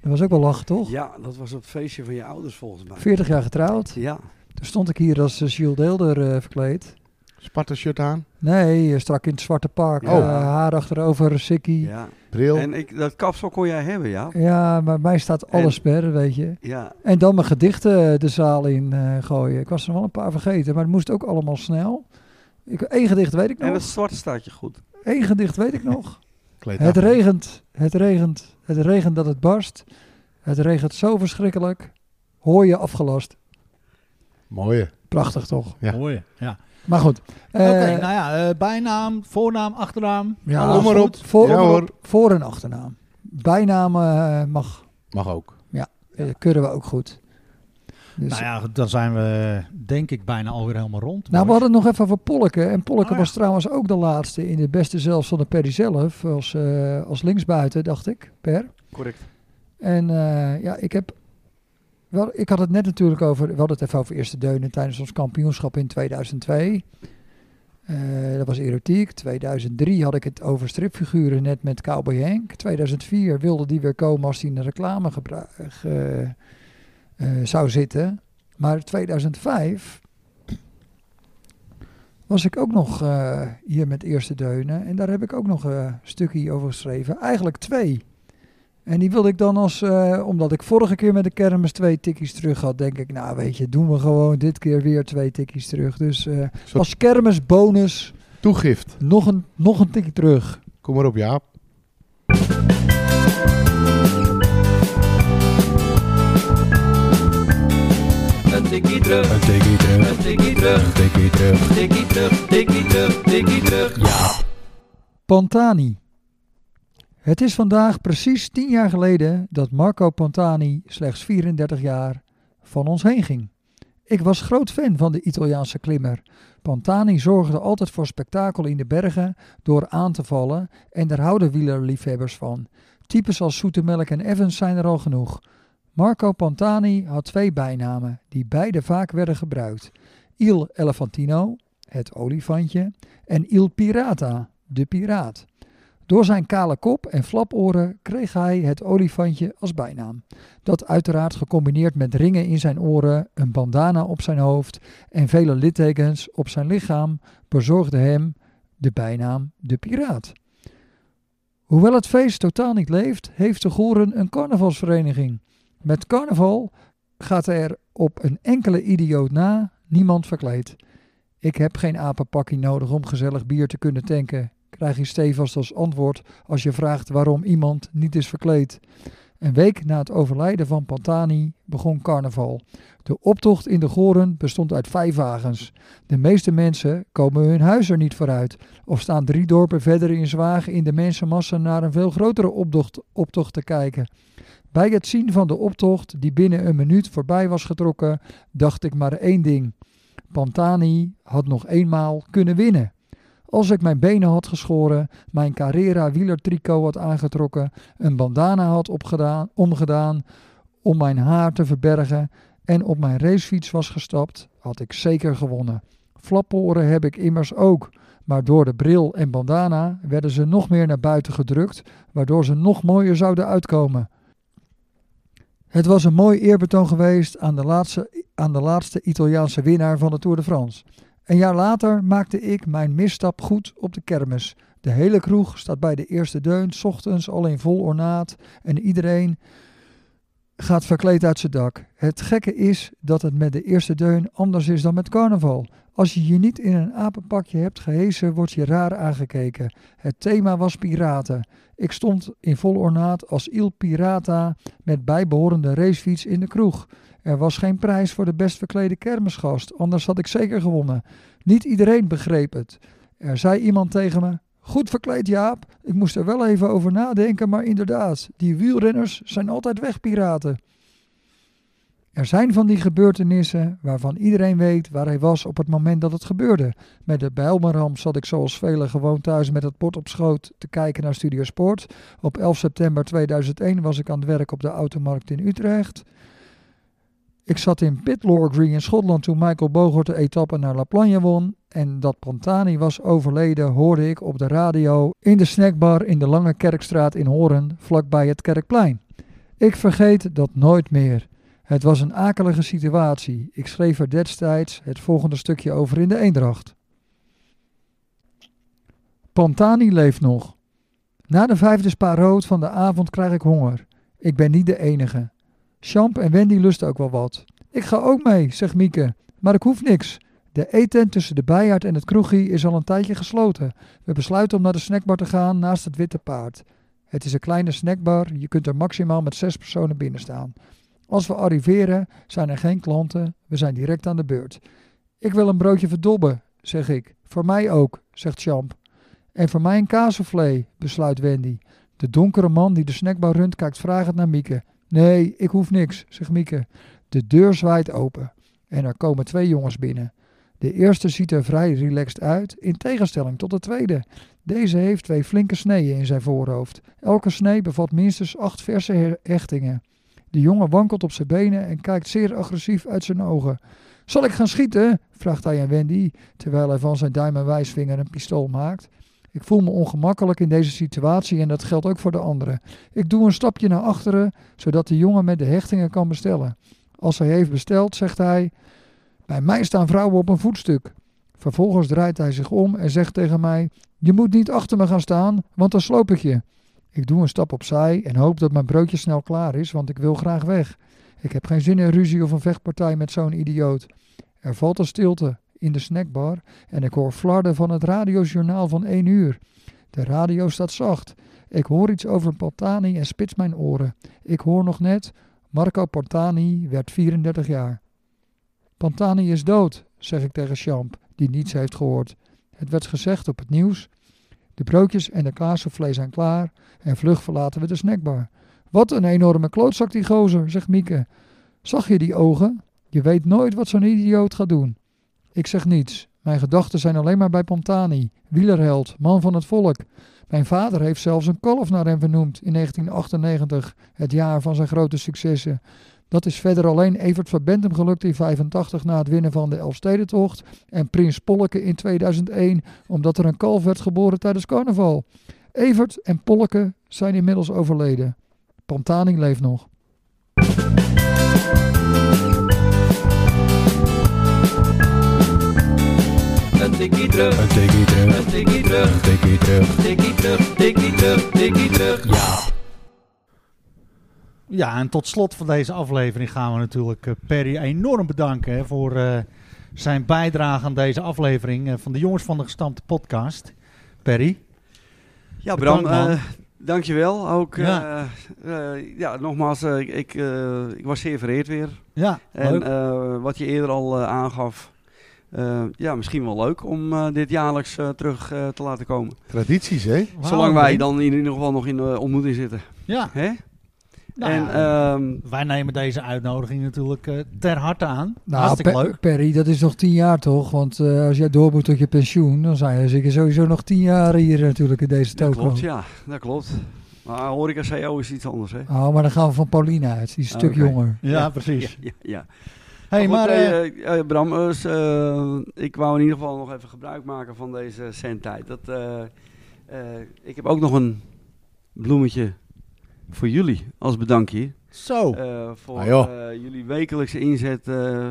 [SPEAKER 5] Dat was ook wel lachen, toch?
[SPEAKER 3] Ja, dat was op het feestje van je ouders volgens mij.
[SPEAKER 5] 40 jaar getrouwd.
[SPEAKER 3] Ja,
[SPEAKER 5] Toen stond ik hier als eh, Jules Deelder eh, verkleed.
[SPEAKER 4] Sparta shirt aan.
[SPEAKER 5] Nee, eh, strak in het zwarte pak.
[SPEAKER 1] Oh.
[SPEAKER 3] Ja.
[SPEAKER 5] eh, haar achterover, sikkie. Ja.
[SPEAKER 3] ja.
[SPEAKER 4] Bril.
[SPEAKER 3] En ik, dat kapsel kon jij hebben, ja.
[SPEAKER 5] maar mij staat alles per, weet je.
[SPEAKER 3] Ja,
[SPEAKER 5] En dan mijn gedichten de zaal in eh, gooien. Ik was er wel een paar vergeten, maar het moest ook allemaal snel. Ik, Eén gedicht weet ik
[SPEAKER 3] en
[SPEAKER 5] nog.
[SPEAKER 3] het zwarte staat je goed.
[SPEAKER 5] Eén gedicht weet ik nog.
[SPEAKER 4] Kleed
[SPEAKER 5] Het
[SPEAKER 4] af.
[SPEAKER 5] regent, het regent, het regent dat het barst. Het regent zo verschrikkelijk. Hoor je afgelast.
[SPEAKER 4] Mooie.
[SPEAKER 5] Prachtig toch?
[SPEAKER 4] Ja.
[SPEAKER 1] Mooi. Ja.
[SPEAKER 5] Maar goed. eh,
[SPEAKER 1] Oké, nou ja, eh, bijnaam, voornaam, achternaam.
[SPEAKER 5] ja,
[SPEAKER 1] alles
[SPEAKER 4] om maar op.
[SPEAKER 1] goed?
[SPEAKER 5] Voor,
[SPEAKER 4] Ja, hoor.
[SPEAKER 5] voor en achternaam. Bijnaam eh, mag,
[SPEAKER 4] Mag ook.
[SPEAKER 5] eh, keuren we ook goed. Dus,
[SPEAKER 1] Nou ja, goed, dan zijn we eh, denk ik bijna alweer helemaal rond.
[SPEAKER 5] Nou, we
[SPEAKER 1] Boys.
[SPEAKER 5] hadden het nog even over Polleke. En Polleke
[SPEAKER 1] Oh ja.
[SPEAKER 5] was trouwens ook de laatste in de beste zelfs van de Perry zelf. Als, eh, als linksbuiten, dacht ik, Per.
[SPEAKER 3] Correct.
[SPEAKER 5] En eh, ja, ik heb... Wel, ik had het net natuurlijk over... We hadden het even over eerste deunen tijdens ons kampioenschap in 2002. Eh, dat was erotiek. 2003 had ik het over stripfiguren net met Cowboy Henk. 2004 wilde die weer komen als hij in de reclame gebra- ge- eh, zou zitten. Maar 2005 was ik ook nog eh, hier met Eerste Deunen. En daar heb ik ook nog eh, een stukje over geschreven. Eigenlijk twee. En die wilde ik dan als, eh, omdat ik vorige keer met de kermis twee tikkies terug had, denk ik, nou weet je, doen we gewoon dit keer weer twee tikkies terug. Dus eh,
[SPEAKER 4] Zo-
[SPEAKER 5] als kermisbonus
[SPEAKER 4] Toegift.
[SPEAKER 5] nog een, nog een tikje terug.
[SPEAKER 4] Kom maar op, Jaap.
[SPEAKER 6] Een tikkie terug,
[SPEAKER 2] Een tikkie terug,
[SPEAKER 6] een tikkie terug,
[SPEAKER 2] een tikkie terug.
[SPEAKER 6] tikkie terug, tikkie terug, tikkie terug.
[SPEAKER 5] Pantani. Het is vandaag precies 10 jaar geleden dat Marco Pantani, slechts 34 jaar, van ons heen ging. Ik was groot fan van de Italiaanse klimmer. Pantani zorgde altijd voor spektakel in de bergen door aan te vallen en daar houden wielerliefhebbers van. Types als Soetemelk en Evans zijn er al genoeg. Marco Pantani had twee bijnamen die beide vaak werden gebruikt. Il Elefantino, het olifantje, en Il Pirata, de piraat. Door zijn kale kop en flaporen kreeg hij het olifantje als bijnaam. Dat uiteraard gecombineerd met ringen in zijn oren, een bandana op zijn hoofd en vele littekens op zijn lichaam bezorgde hem de bijnaam de piraat. Hoewel het feest totaal niet leeft, heeft de Goren een carnavalsvereniging. Met carnaval gaat er op een enkele idioot na niemand verkleed. Ik heb geen apenpakkie nodig om gezellig bier te kunnen tanken, krijg je stevast als antwoord als je vraagt waarom iemand niet is verkleed. Een week na het overlijden van Pantani begon carnaval. De optocht in de Goren bestond uit vijf wagens. De meeste mensen komen hun huis er niet vooruit of staan drie dorpen verder in zwagen in de mensenmassa naar een veel grotere optocht, optocht te kijken. Bij het zien van de optocht, die binnen een minuut voorbij was getrokken, dacht ik maar één ding. Pantani had nog eenmaal kunnen winnen. Als ik mijn benen had geschoren, mijn Carrera wielertricot had aangetrokken, een bandana had opgedaan, omgedaan om mijn haar te verbergen en op mijn racefiets was gestapt, had ik zeker gewonnen. Flapporen heb ik immers ook, maar door de bril en bandana werden ze nog meer naar buiten gedrukt, waardoor ze nog mooier zouden uitkomen. Het was een mooi eerbetoon geweest aan de laatste aan de laatste Italiaanse winnaar van de Tour de France. Een jaar later maakte ik mijn misstap goed op de kermis. De hele kroeg staat bij de eerste deun, 's ochtends al in vol ornaat en iedereen gaat verkleed uit zijn dak. Het gekke is dat het met de eerste deun anders is dan met carnaval. Als je je niet in een apenpakje hebt gehesen, word je raar aangekeken. Het thema was piraten. Ik stond in vol ornaat als Il Pirata met bijbehorende racefiets in de kroeg. Er was geen prijs voor de best verklede kermisgast, anders had ik zeker gewonnen. Niet iedereen begreep het. Er zei iemand tegen me: Goed verkleed, Jaap. Ik moest er wel even over nadenken, maar inderdaad, die wielrenners zijn altijd wegpiraten. Er zijn van die gebeurtenissen waarvan iedereen weet waar hij was op het moment dat het gebeurde. Met de Bijlmerramp zat ik zoals velen gewoon thuis met het bord op schoot te kijken naar Studio Sport. Op 11 september 2001 was ik aan het werk op de Automarkt in Utrecht. Ik zat in Pitlogree in Schotland toen Michael Bogert de etappe naar La Plagne won. En dat Pantani was overleden hoorde ik op de radio in de snackbar in de Lange Kerkstraat in Horen, vlakbij het Kerkplein. Ik vergeet dat nooit meer. Het was een akelige situatie. Ik schreef er destijds het volgende stukje over in de Eendracht. Pantani leeft nog. Na de vijfde spaarrood van de avond krijg ik honger. Ik ben niet de enige. Champ en Wendy lusten ook wel wat. Ik ga ook mee, zegt Mieke, maar ik hoef niks. De eetent tussen de bijaard en het kroegie is al een tijdje gesloten. We besluiten om naar de snackbar te gaan naast het Witte Paard. Het is een kleine snackbar, je kunt er maximaal met zes personen binnen staan. Als we arriveren zijn er geen klanten, we zijn direct aan de beurt. Ik wil een broodje verdobben, zeg ik. Voor mij ook, zegt Champ. En voor mij een kaassoufflé, besluit Wendy. De donkere man die de snackbar runt kijkt vragend naar Mieke. Nee, ik hoef niks, zegt Mieke. De deur zwaait open en er komen twee jongens binnen. De eerste ziet er vrij relaxed uit, in tegenstelling tot de tweede. Deze heeft twee flinke sneeën in zijn voorhoofd. Elke snee bevat minstens acht verse her- hechtingen. De jongen wankelt op zijn benen en kijkt zeer agressief uit zijn ogen. Zal ik gaan schieten? vraagt hij aan Wendy, terwijl hij van zijn duim en wijsvinger een pistool maakt. Ik voel me ongemakkelijk in deze situatie en dat geldt ook voor de anderen. Ik doe een stapje naar achteren, zodat de jongen met de hechtingen kan bestellen. Als hij heeft besteld, zegt hij: Bij mij staan vrouwen op een voetstuk. Vervolgens draait hij zich om en zegt tegen mij: Je moet niet achter me gaan staan, want dan sloop ik je. Ik doe een stap opzij en hoop dat mijn broodje snel klaar is, want ik wil graag weg. Ik heb geen zin in ruzie of een vechtpartij met zo'n idioot. Er valt een stilte in de snackbar en ik hoor flarden van het radiojournaal van 1 uur. De radio staat zacht. Ik hoor iets over Patani en spits mijn oren. Ik hoor nog net Marco Pantani werd 34 jaar. Pantani is dood, zeg ik tegen Champ, die niets heeft gehoord. Het werd gezegd op het nieuws. De broodjes en de kaassoufflé zijn klaar en vlug verlaten we de snackbar. Wat een enorme klootzak die gozer, zegt Mieke. Zag je die ogen? Je weet nooit wat zo'n idioot gaat doen. Ik zeg niets. Mijn gedachten zijn alleen maar bij Pantani, wielerheld, man van het volk. Mijn vader heeft zelfs een kalf naar hem vernoemd in 1998, het jaar van zijn grote successen. Dat is verder alleen Evert van Bentum gelukt in 85 na het winnen van de Elfstedentocht en Prins Polleke in 2001 omdat er een kalf werd geboren tijdens carnaval. Evert en Polleke zijn inmiddels overleden. Pantani leeft nog.
[SPEAKER 6] Een tikkie terug,
[SPEAKER 2] Een tikkie terug,
[SPEAKER 6] een tikkie terug,
[SPEAKER 2] een tikkie terug.
[SPEAKER 6] tikkie terug, tikkie terug, tikkie terug.
[SPEAKER 1] Ja, en tot slot van deze aflevering gaan we natuurlijk eh, Perry enorm bedanken hè, voor eh, zijn bijdrage aan deze aflevering eh, van de Jongens van de Gestampte podcast. Perry,
[SPEAKER 3] Ja, Bram,
[SPEAKER 1] Bedankt, man.
[SPEAKER 3] eh, dankjewel. Ook,
[SPEAKER 1] Ja.
[SPEAKER 3] ja. ja, nogmaals, eh, ik, ik, eh, ik was zeer vereerd weer.
[SPEAKER 1] ja,
[SPEAKER 3] En
[SPEAKER 1] leuk.
[SPEAKER 3] eh, wat je eerder al eh, aangaf, eh, ja, misschien wel leuk om eh, dit jaarlijks eh, terug eh, te laten komen.
[SPEAKER 4] Tradities, hè?
[SPEAKER 1] Wauw,
[SPEAKER 3] Zolang wij
[SPEAKER 1] Perry.
[SPEAKER 3] dan in ieder geval nog in de ontmoeting zitten.
[SPEAKER 1] Ja,
[SPEAKER 3] Hè?
[SPEAKER 1] nou
[SPEAKER 3] en
[SPEAKER 1] ja,
[SPEAKER 3] ehm,
[SPEAKER 1] wij nemen deze uitnodiging natuurlijk eh, ter harte aan.
[SPEAKER 5] Nou,
[SPEAKER 1] Hartstikke
[SPEAKER 5] Per-
[SPEAKER 1] leuk.
[SPEAKER 5] Perry, dat is nog tien jaar toch? Want eh, als jij door moet tot je pensioen, dan zijn er zeker sowieso nog tien jaar hier natuurlijk in deze
[SPEAKER 3] dat
[SPEAKER 5] toko.
[SPEAKER 3] klopt, ja, dat klopt. Maar horeca CEO is iets anders, hè?
[SPEAKER 5] Oh, maar dan gaan we van Paulina uit. Die is een stuk
[SPEAKER 3] Oké.
[SPEAKER 5] jonger.
[SPEAKER 1] Ja,
[SPEAKER 3] Ja.
[SPEAKER 1] precies.
[SPEAKER 3] Ja, ja.
[SPEAKER 1] Hey,
[SPEAKER 3] Maar
[SPEAKER 1] maar,
[SPEAKER 3] goed,
[SPEAKER 1] eh,
[SPEAKER 3] eh, eh, eh, Bram, eh, s- eh, ik wou in ieder geval nog even gebruik maken van deze zendtijd. Dat, eh, eh, ik heb ook nog een bloemetje voor jullie als bedankje.
[SPEAKER 1] zo.
[SPEAKER 3] eh, voor
[SPEAKER 4] Ah, joh.
[SPEAKER 3] eh, jullie wekelijkse inzet eh,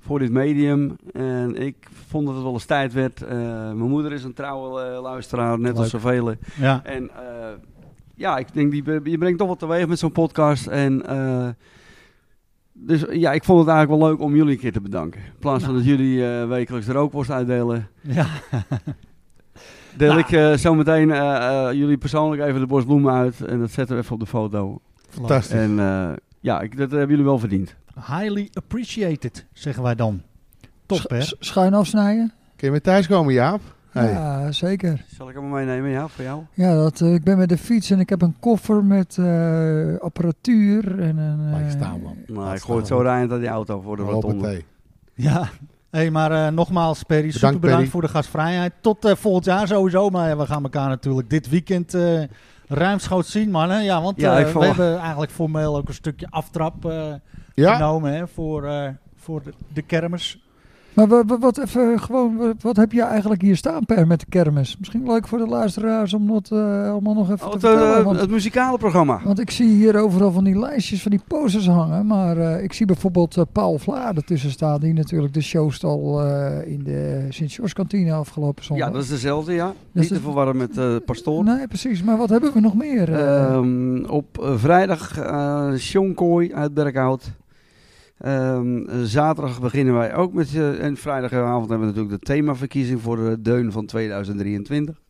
[SPEAKER 3] voor dit medium. En ik vond dat het wel eens tijd werd. Eh, mijn moeder is een trouwe eh, luisteraar, net als
[SPEAKER 1] Leuk.
[SPEAKER 3] zoveel.
[SPEAKER 1] ja.
[SPEAKER 3] En eh, ja, ik denk, die, je brengt toch wat teweeg met zo'n podcast. En eh, dus ja, ik vond het eigenlijk wel leuk om jullie een keer te bedanken. In plaats van dat jullie eh, wekelijks de rookworst uitdelen,
[SPEAKER 1] ja.
[SPEAKER 3] deel
[SPEAKER 1] Nou.
[SPEAKER 3] ik eh, zo meteen eh, eh, jullie persoonlijk even de borst bloemen uit. En dat zetten we even op de foto.
[SPEAKER 4] Fantastisch.
[SPEAKER 3] En eh, ja, ik, dat hebben jullie wel verdiend.
[SPEAKER 1] Highly appreciated, zeggen wij dan. Top, hè?
[SPEAKER 5] S- Schuin afsnijden?
[SPEAKER 4] Kun je mee thuiskomen, Jaap? Hey.
[SPEAKER 5] Ja, zeker.
[SPEAKER 3] Zal ik hem maar meenemen, ja, voor jou?
[SPEAKER 5] Ja, dat, eh, ik ben met de fiets en ik heb een koffer met eh, apparatuur en een...
[SPEAKER 4] Laat je
[SPEAKER 5] eh,
[SPEAKER 4] staan, man.
[SPEAKER 3] Nou, ik gooi het zo rijend aan die auto voor de rotonde.
[SPEAKER 4] Hoppatee.
[SPEAKER 1] Ja. Hey, maar eh, nogmaals, Perry, super bedankt
[SPEAKER 4] Perry.
[SPEAKER 1] voor de gastvrijheid. Tot eh, volgend jaar sowieso. Maar ja, we gaan elkaar natuurlijk dit weekend eh ruimschoots zien, mannen. Ja, want
[SPEAKER 3] Ja,
[SPEAKER 1] eh,
[SPEAKER 3] ik
[SPEAKER 1] we
[SPEAKER 3] verwacht-
[SPEAKER 1] hebben eigenlijk formeel ook een stukje aftrap eh,
[SPEAKER 3] Nou-
[SPEAKER 4] Ja,
[SPEAKER 1] genomen hè, voor, eh, voor de, de kermis.
[SPEAKER 5] Maar wa- wa- wat, even gewoon, wa- wat heb je eigenlijk hier staan, Per, met de kermis? Misschien leuk voor de luisteraars om dat eh, allemaal nog even
[SPEAKER 3] Oh,
[SPEAKER 5] te
[SPEAKER 3] het,
[SPEAKER 5] vertellen.
[SPEAKER 3] eh,
[SPEAKER 5] want,
[SPEAKER 3] het muzikale programma.
[SPEAKER 5] want ik zie hier overal van die lijstjes, van die posters hangen. Maar eh, ik zie bijvoorbeeld eh, Paul Vlaar ertussen staan, die natuurlijk de showstal eh in de Sint-George-kantine afgelopen zondag.
[SPEAKER 3] Ja, dat is dezelfde, ja.
[SPEAKER 5] Dus
[SPEAKER 3] Niet te
[SPEAKER 5] het-
[SPEAKER 3] verwarren met eh Pastoor.
[SPEAKER 5] Nee, precies. Maar wat hebben we nog meer? eh?
[SPEAKER 3] Ehm, op eh, vrijdag eh Sean Kooi uit Berkhout. Ehm, eh, zaterdag beginnen wij ook met... eh, en vrijdagavond hebben we natuurlijk de themaverkiezing voor de Deun van 2023.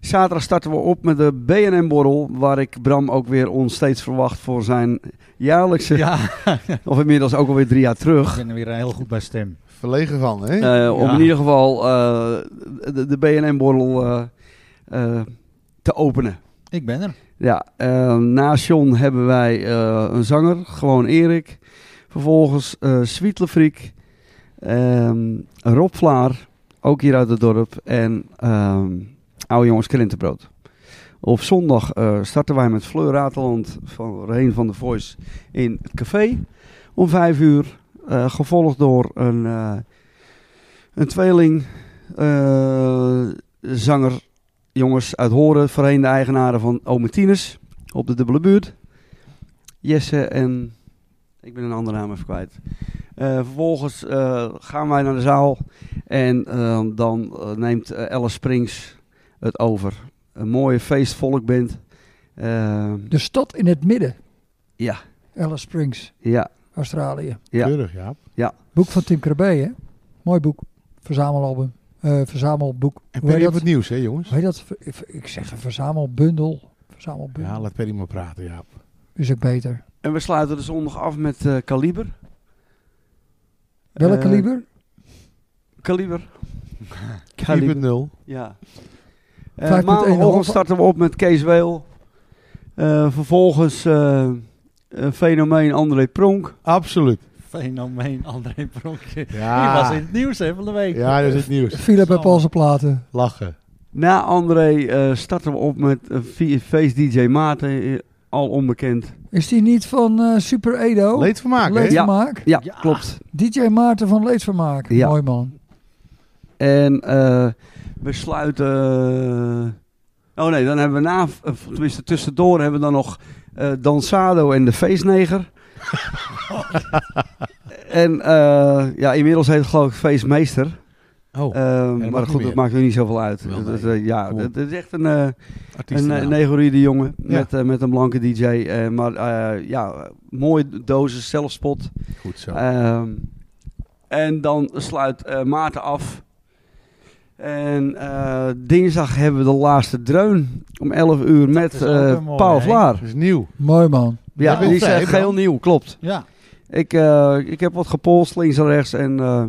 [SPEAKER 3] Zaterdag starten we op met de B&M Borrel, waar ik Bram ook weer ons steeds verwacht voor zijn jaarlijkse,
[SPEAKER 1] Ja,
[SPEAKER 3] of inmiddels ook alweer drie jaar terug.
[SPEAKER 1] ik ben er weer heel goed bij stem.
[SPEAKER 4] Verlegen van, hè?
[SPEAKER 3] Eh, om
[SPEAKER 1] Ja.
[SPEAKER 3] in ieder geval eh, de, de BNM-borrel eh, eh, te openen.
[SPEAKER 1] Ik ben er.
[SPEAKER 3] Ja, eh, na John hebben wij eh, een zanger, gewoon Erik. Vervolgens eh Sweet Lefriek, ehm, Rob Vlaar, ook hier uit het dorp. En ehm oude jongens Krentenbrood. Op zondag eh, starten wij met Fleur Rateland van Reen van de Voice in het café. Om vijf uur, eh, gevolgd door een, eh, een tweeling, eh, zanger jongens uit Horen, voorheen de eigenaren van Omertinus op de dubbele buurt. Jesse en ik ben een andere naam even kwijt. Eh, vervolgens eh, gaan wij naar de zaal en eh, dan eh, neemt eh, Alice Springs het over. Een mooie feestvolkband. Eh,
[SPEAKER 5] De stad in het midden.
[SPEAKER 3] Ja.
[SPEAKER 5] Alice Springs,
[SPEAKER 3] ja,
[SPEAKER 5] Australië.
[SPEAKER 3] ja.
[SPEAKER 4] Keurig, ja.
[SPEAKER 5] Boek van Tim Krabbe, hè? Mooi boek. Verzamelalbum. Eh, verzamelboek.
[SPEAKER 4] En
[SPEAKER 5] Hoe heet
[SPEAKER 4] Perry op
[SPEAKER 5] dat?
[SPEAKER 4] het nieuws, hè, jongens?
[SPEAKER 5] Hoe heet dat? Ver- ver- Ik zeg een verzamelbundel. Verzamelbundel.
[SPEAKER 4] Ja, laat Perry maar praten, ja.
[SPEAKER 5] Is ook beter.
[SPEAKER 3] En we sluiten de zondag af met eh, Kaliber.
[SPEAKER 5] Welke
[SPEAKER 3] Eh,
[SPEAKER 5] kaliber?
[SPEAKER 3] Kaliber.
[SPEAKER 4] 4.0.
[SPEAKER 3] Ja. Eh,
[SPEAKER 5] 5.1
[SPEAKER 3] maandagochtend
[SPEAKER 5] half-
[SPEAKER 3] starten we op met Kees Weel. Eh, vervolgens eh, een fenomeen André Pronk.
[SPEAKER 4] Absoluut.
[SPEAKER 1] Fenomeen André Bronkje. Die was in
[SPEAKER 4] Ja.
[SPEAKER 1] het nieuws hè, van de week.
[SPEAKER 4] Ah. ja, dat is het nieuws.
[SPEAKER 5] Philip
[SPEAKER 1] Zo.
[SPEAKER 5] en Paulse platen.
[SPEAKER 4] Lachen.
[SPEAKER 3] Na André eh, starten we op met een vi- feest DJ Maarten, eh, al onbekend.
[SPEAKER 5] Is die niet van eh, Super Edo?
[SPEAKER 4] Leedvermaak, hè?
[SPEAKER 5] Leedvermaak.
[SPEAKER 3] Ja,
[SPEAKER 1] Ja.
[SPEAKER 3] klopt.
[SPEAKER 5] DJ Maarten van Leedvermaak.
[SPEAKER 3] Ja.
[SPEAKER 5] Mooi man.
[SPEAKER 3] En eh, we sluiten... eh, oh nee, dan hebben we na, eh, tenminste tussendoor hebben we dan nog eh Dansado en de Feestneger. en eh, ja, inmiddels heet het geloof ik Feestmeester.
[SPEAKER 4] Oh,
[SPEAKER 3] Ehm,
[SPEAKER 4] dat mag
[SPEAKER 3] maar
[SPEAKER 4] niet
[SPEAKER 3] goed,
[SPEAKER 4] meer.
[SPEAKER 3] dat maakt nu niet zoveel uit.
[SPEAKER 4] Wel,
[SPEAKER 3] Dat is,
[SPEAKER 4] nee.
[SPEAKER 3] eh, ja,
[SPEAKER 4] Cool.
[SPEAKER 3] het is echt een, eh een eh,
[SPEAKER 4] artiestennaam.
[SPEAKER 3] negoriede jongen
[SPEAKER 4] Ja.
[SPEAKER 3] met, eh, met een blanke DJ. eh, maar eh, ja, mooie dosis, zelfspot.
[SPEAKER 4] Goed zo.
[SPEAKER 3] Ehm, en dan sluit eh, Maarten af. En eh, dinsdag hebben we de laatste dreun om 11 uur met
[SPEAKER 1] is ook weer
[SPEAKER 3] eh,
[SPEAKER 1] mooi,
[SPEAKER 3] Paul
[SPEAKER 1] hè?
[SPEAKER 3] Vlaar.
[SPEAKER 4] dat is nieuw.
[SPEAKER 5] Mooi man.
[SPEAKER 3] Ja,
[SPEAKER 4] Jij bent
[SPEAKER 3] die is
[SPEAKER 4] vrij,
[SPEAKER 3] echt
[SPEAKER 4] man.
[SPEAKER 3] heel nieuw, klopt.
[SPEAKER 1] Ja.
[SPEAKER 3] Ik, eh, ik heb wat gepolst, links en rechts. En eh,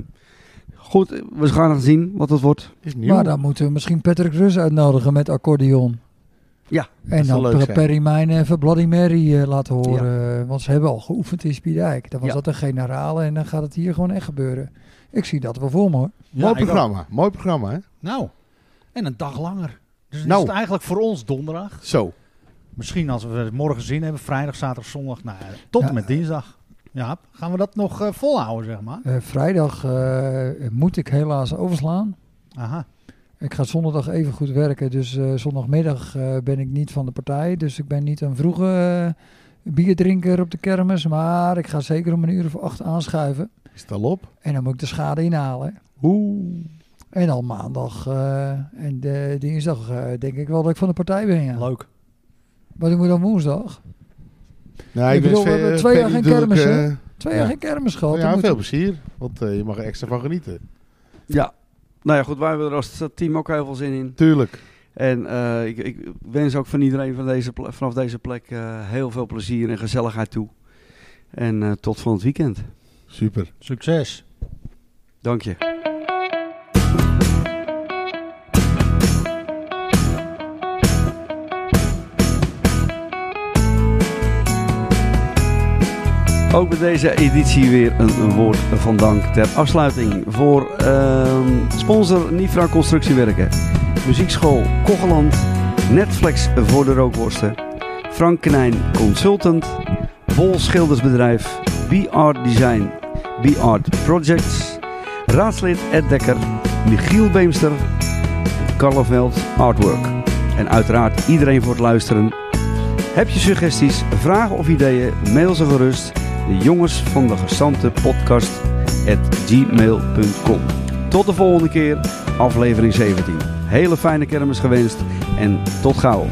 [SPEAKER 3] goed, we gaan nog zien wat het wordt.
[SPEAKER 4] Is nieuw.
[SPEAKER 5] Maar dan moeten we misschien Patrick Rus uitnodigen met accordeon.
[SPEAKER 3] Ja,
[SPEAKER 5] En
[SPEAKER 4] zou
[SPEAKER 5] dan
[SPEAKER 4] leuk
[SPEAKER 5] per-
[SPEAKER 4] zijn.
[SPEAKER 5] Perry Mijn even Bloody Mary eh, laten horen. Want ze hebben al geoefend in Spiedijk. Dan was
[SPEAKER 3] Ja.
[SPEAKER 5] dat een generale en dan gaat het hier gewoon echt gebeuren. Ik zie dat wel voor me hoor.
[SPEAKER 4] Mooi
[SPEAKER 1] ik ook.
[SPEAKER 4] programma. Mooi programma, hè?
[SPEAKER 1] Nou, en een dag langer. Dus
[SPEAKER 4] Nou.
[SPEAKER 1] nou. is het eigenlijk voor ons donderdag.
[SPEAKER 4] Zo.
[SPEAKER 1] Misschien als we het morgen zin hebben, vrijdag, zaterdag, zondag. Nou, eh, tot en
[SPEAKER 5] Ja.
[SPEAKER 1] met dinsdag. Ja, gaan we dat nog eh, volhouden, zeg maar?
[SPEAKER 5] Eh, vrijdag eh, moet ik helaas overslaan.
[SPEAKER 1] Aha.
[SPEAKER 5] Ik ga zondag even goed werken, dus eh, zondagmiddag eh, ben ik niet van de partij. Dus ik ben niet een vroege eh, bierdrinker op de kermis. Maar ik ga zeker om een uur of acht aanschuiven.
[SPEAKER 4] Is het al op?
[SPEAKER 5] En dan moet ik de schade inhalen.
[SPEAKER 4] Oeh.
[SPEAKER 5] En dan maandag eh, en de, dinsdag eh, denk ik wel dat ik van de partij ben. Ja.
[SPEAKER 1] Leuk.
[SPEAKER 5] Wat doen we dan woensdag?
[SPEAKER 4] Nou, ik,
[SPEAKER 5] Ik bedoel,
[SPEAKER 4] ben
[SPEAKER 5] we
[SPEAKER 4] eh,
[SPEAKER 5] hebben twee jaar
[SPEAKER 4] Perry
[SPEAKER 5] geen
[SPEAKER 4] natuurlijk,
[SPEAKER 5] kermis,
[SPEAKER 4] eh,
[SPEAKER 5] hè? Twee jaar
[SPEAKER 4] Ja.
[SPEAKER 5] geen kermis gehad.
[SPEAKER 4] nou
[SPEAKER 5] Dan
[SPEAKER 4] ja,
[SPEAKER 5] moet-
[SPEAKER 4] veel plezier. Want eh, je mag er extra van genieten.
[SPEAKER 3] Ja. Nou ja, goed, wij hebben er als team ook heel veel zin in.
[SPEAKER 4] Tuurlijk.
[SPEAKER 3] En eh, ik, ik wens ook van iedereen van deze ple- vanaf deze plek eh, heel veel plezier en gezelligheid toe. En eh, tot van het weekend.
[SPEAKER 4] Super.
[SPEAKER 1] Succes.
[SPEAKER 3] Dank je. Ook bij deze editie weer een, een woord van dank ter afsluiting voor ehm, sponsor Nifra Constructiewerken, Muziekschool Kogeland, Netflix voor de rookworsten, Frank Knijn Consultant, Bol Schildersbedrijf, B-Art Design, B-Art Projects, raadslid Ed Dekker, Michiel Beemster, Karleveld Artwork. En uiteraard iedereen voor het luisteren. Heb je suggesties, vragen of ideeën? Mail ze gerust. De jongens van de gestampte podcast at gmail.com. Tot de volgende keer, aflevering 17. Hele fijne kermis gewenst en tot gauw.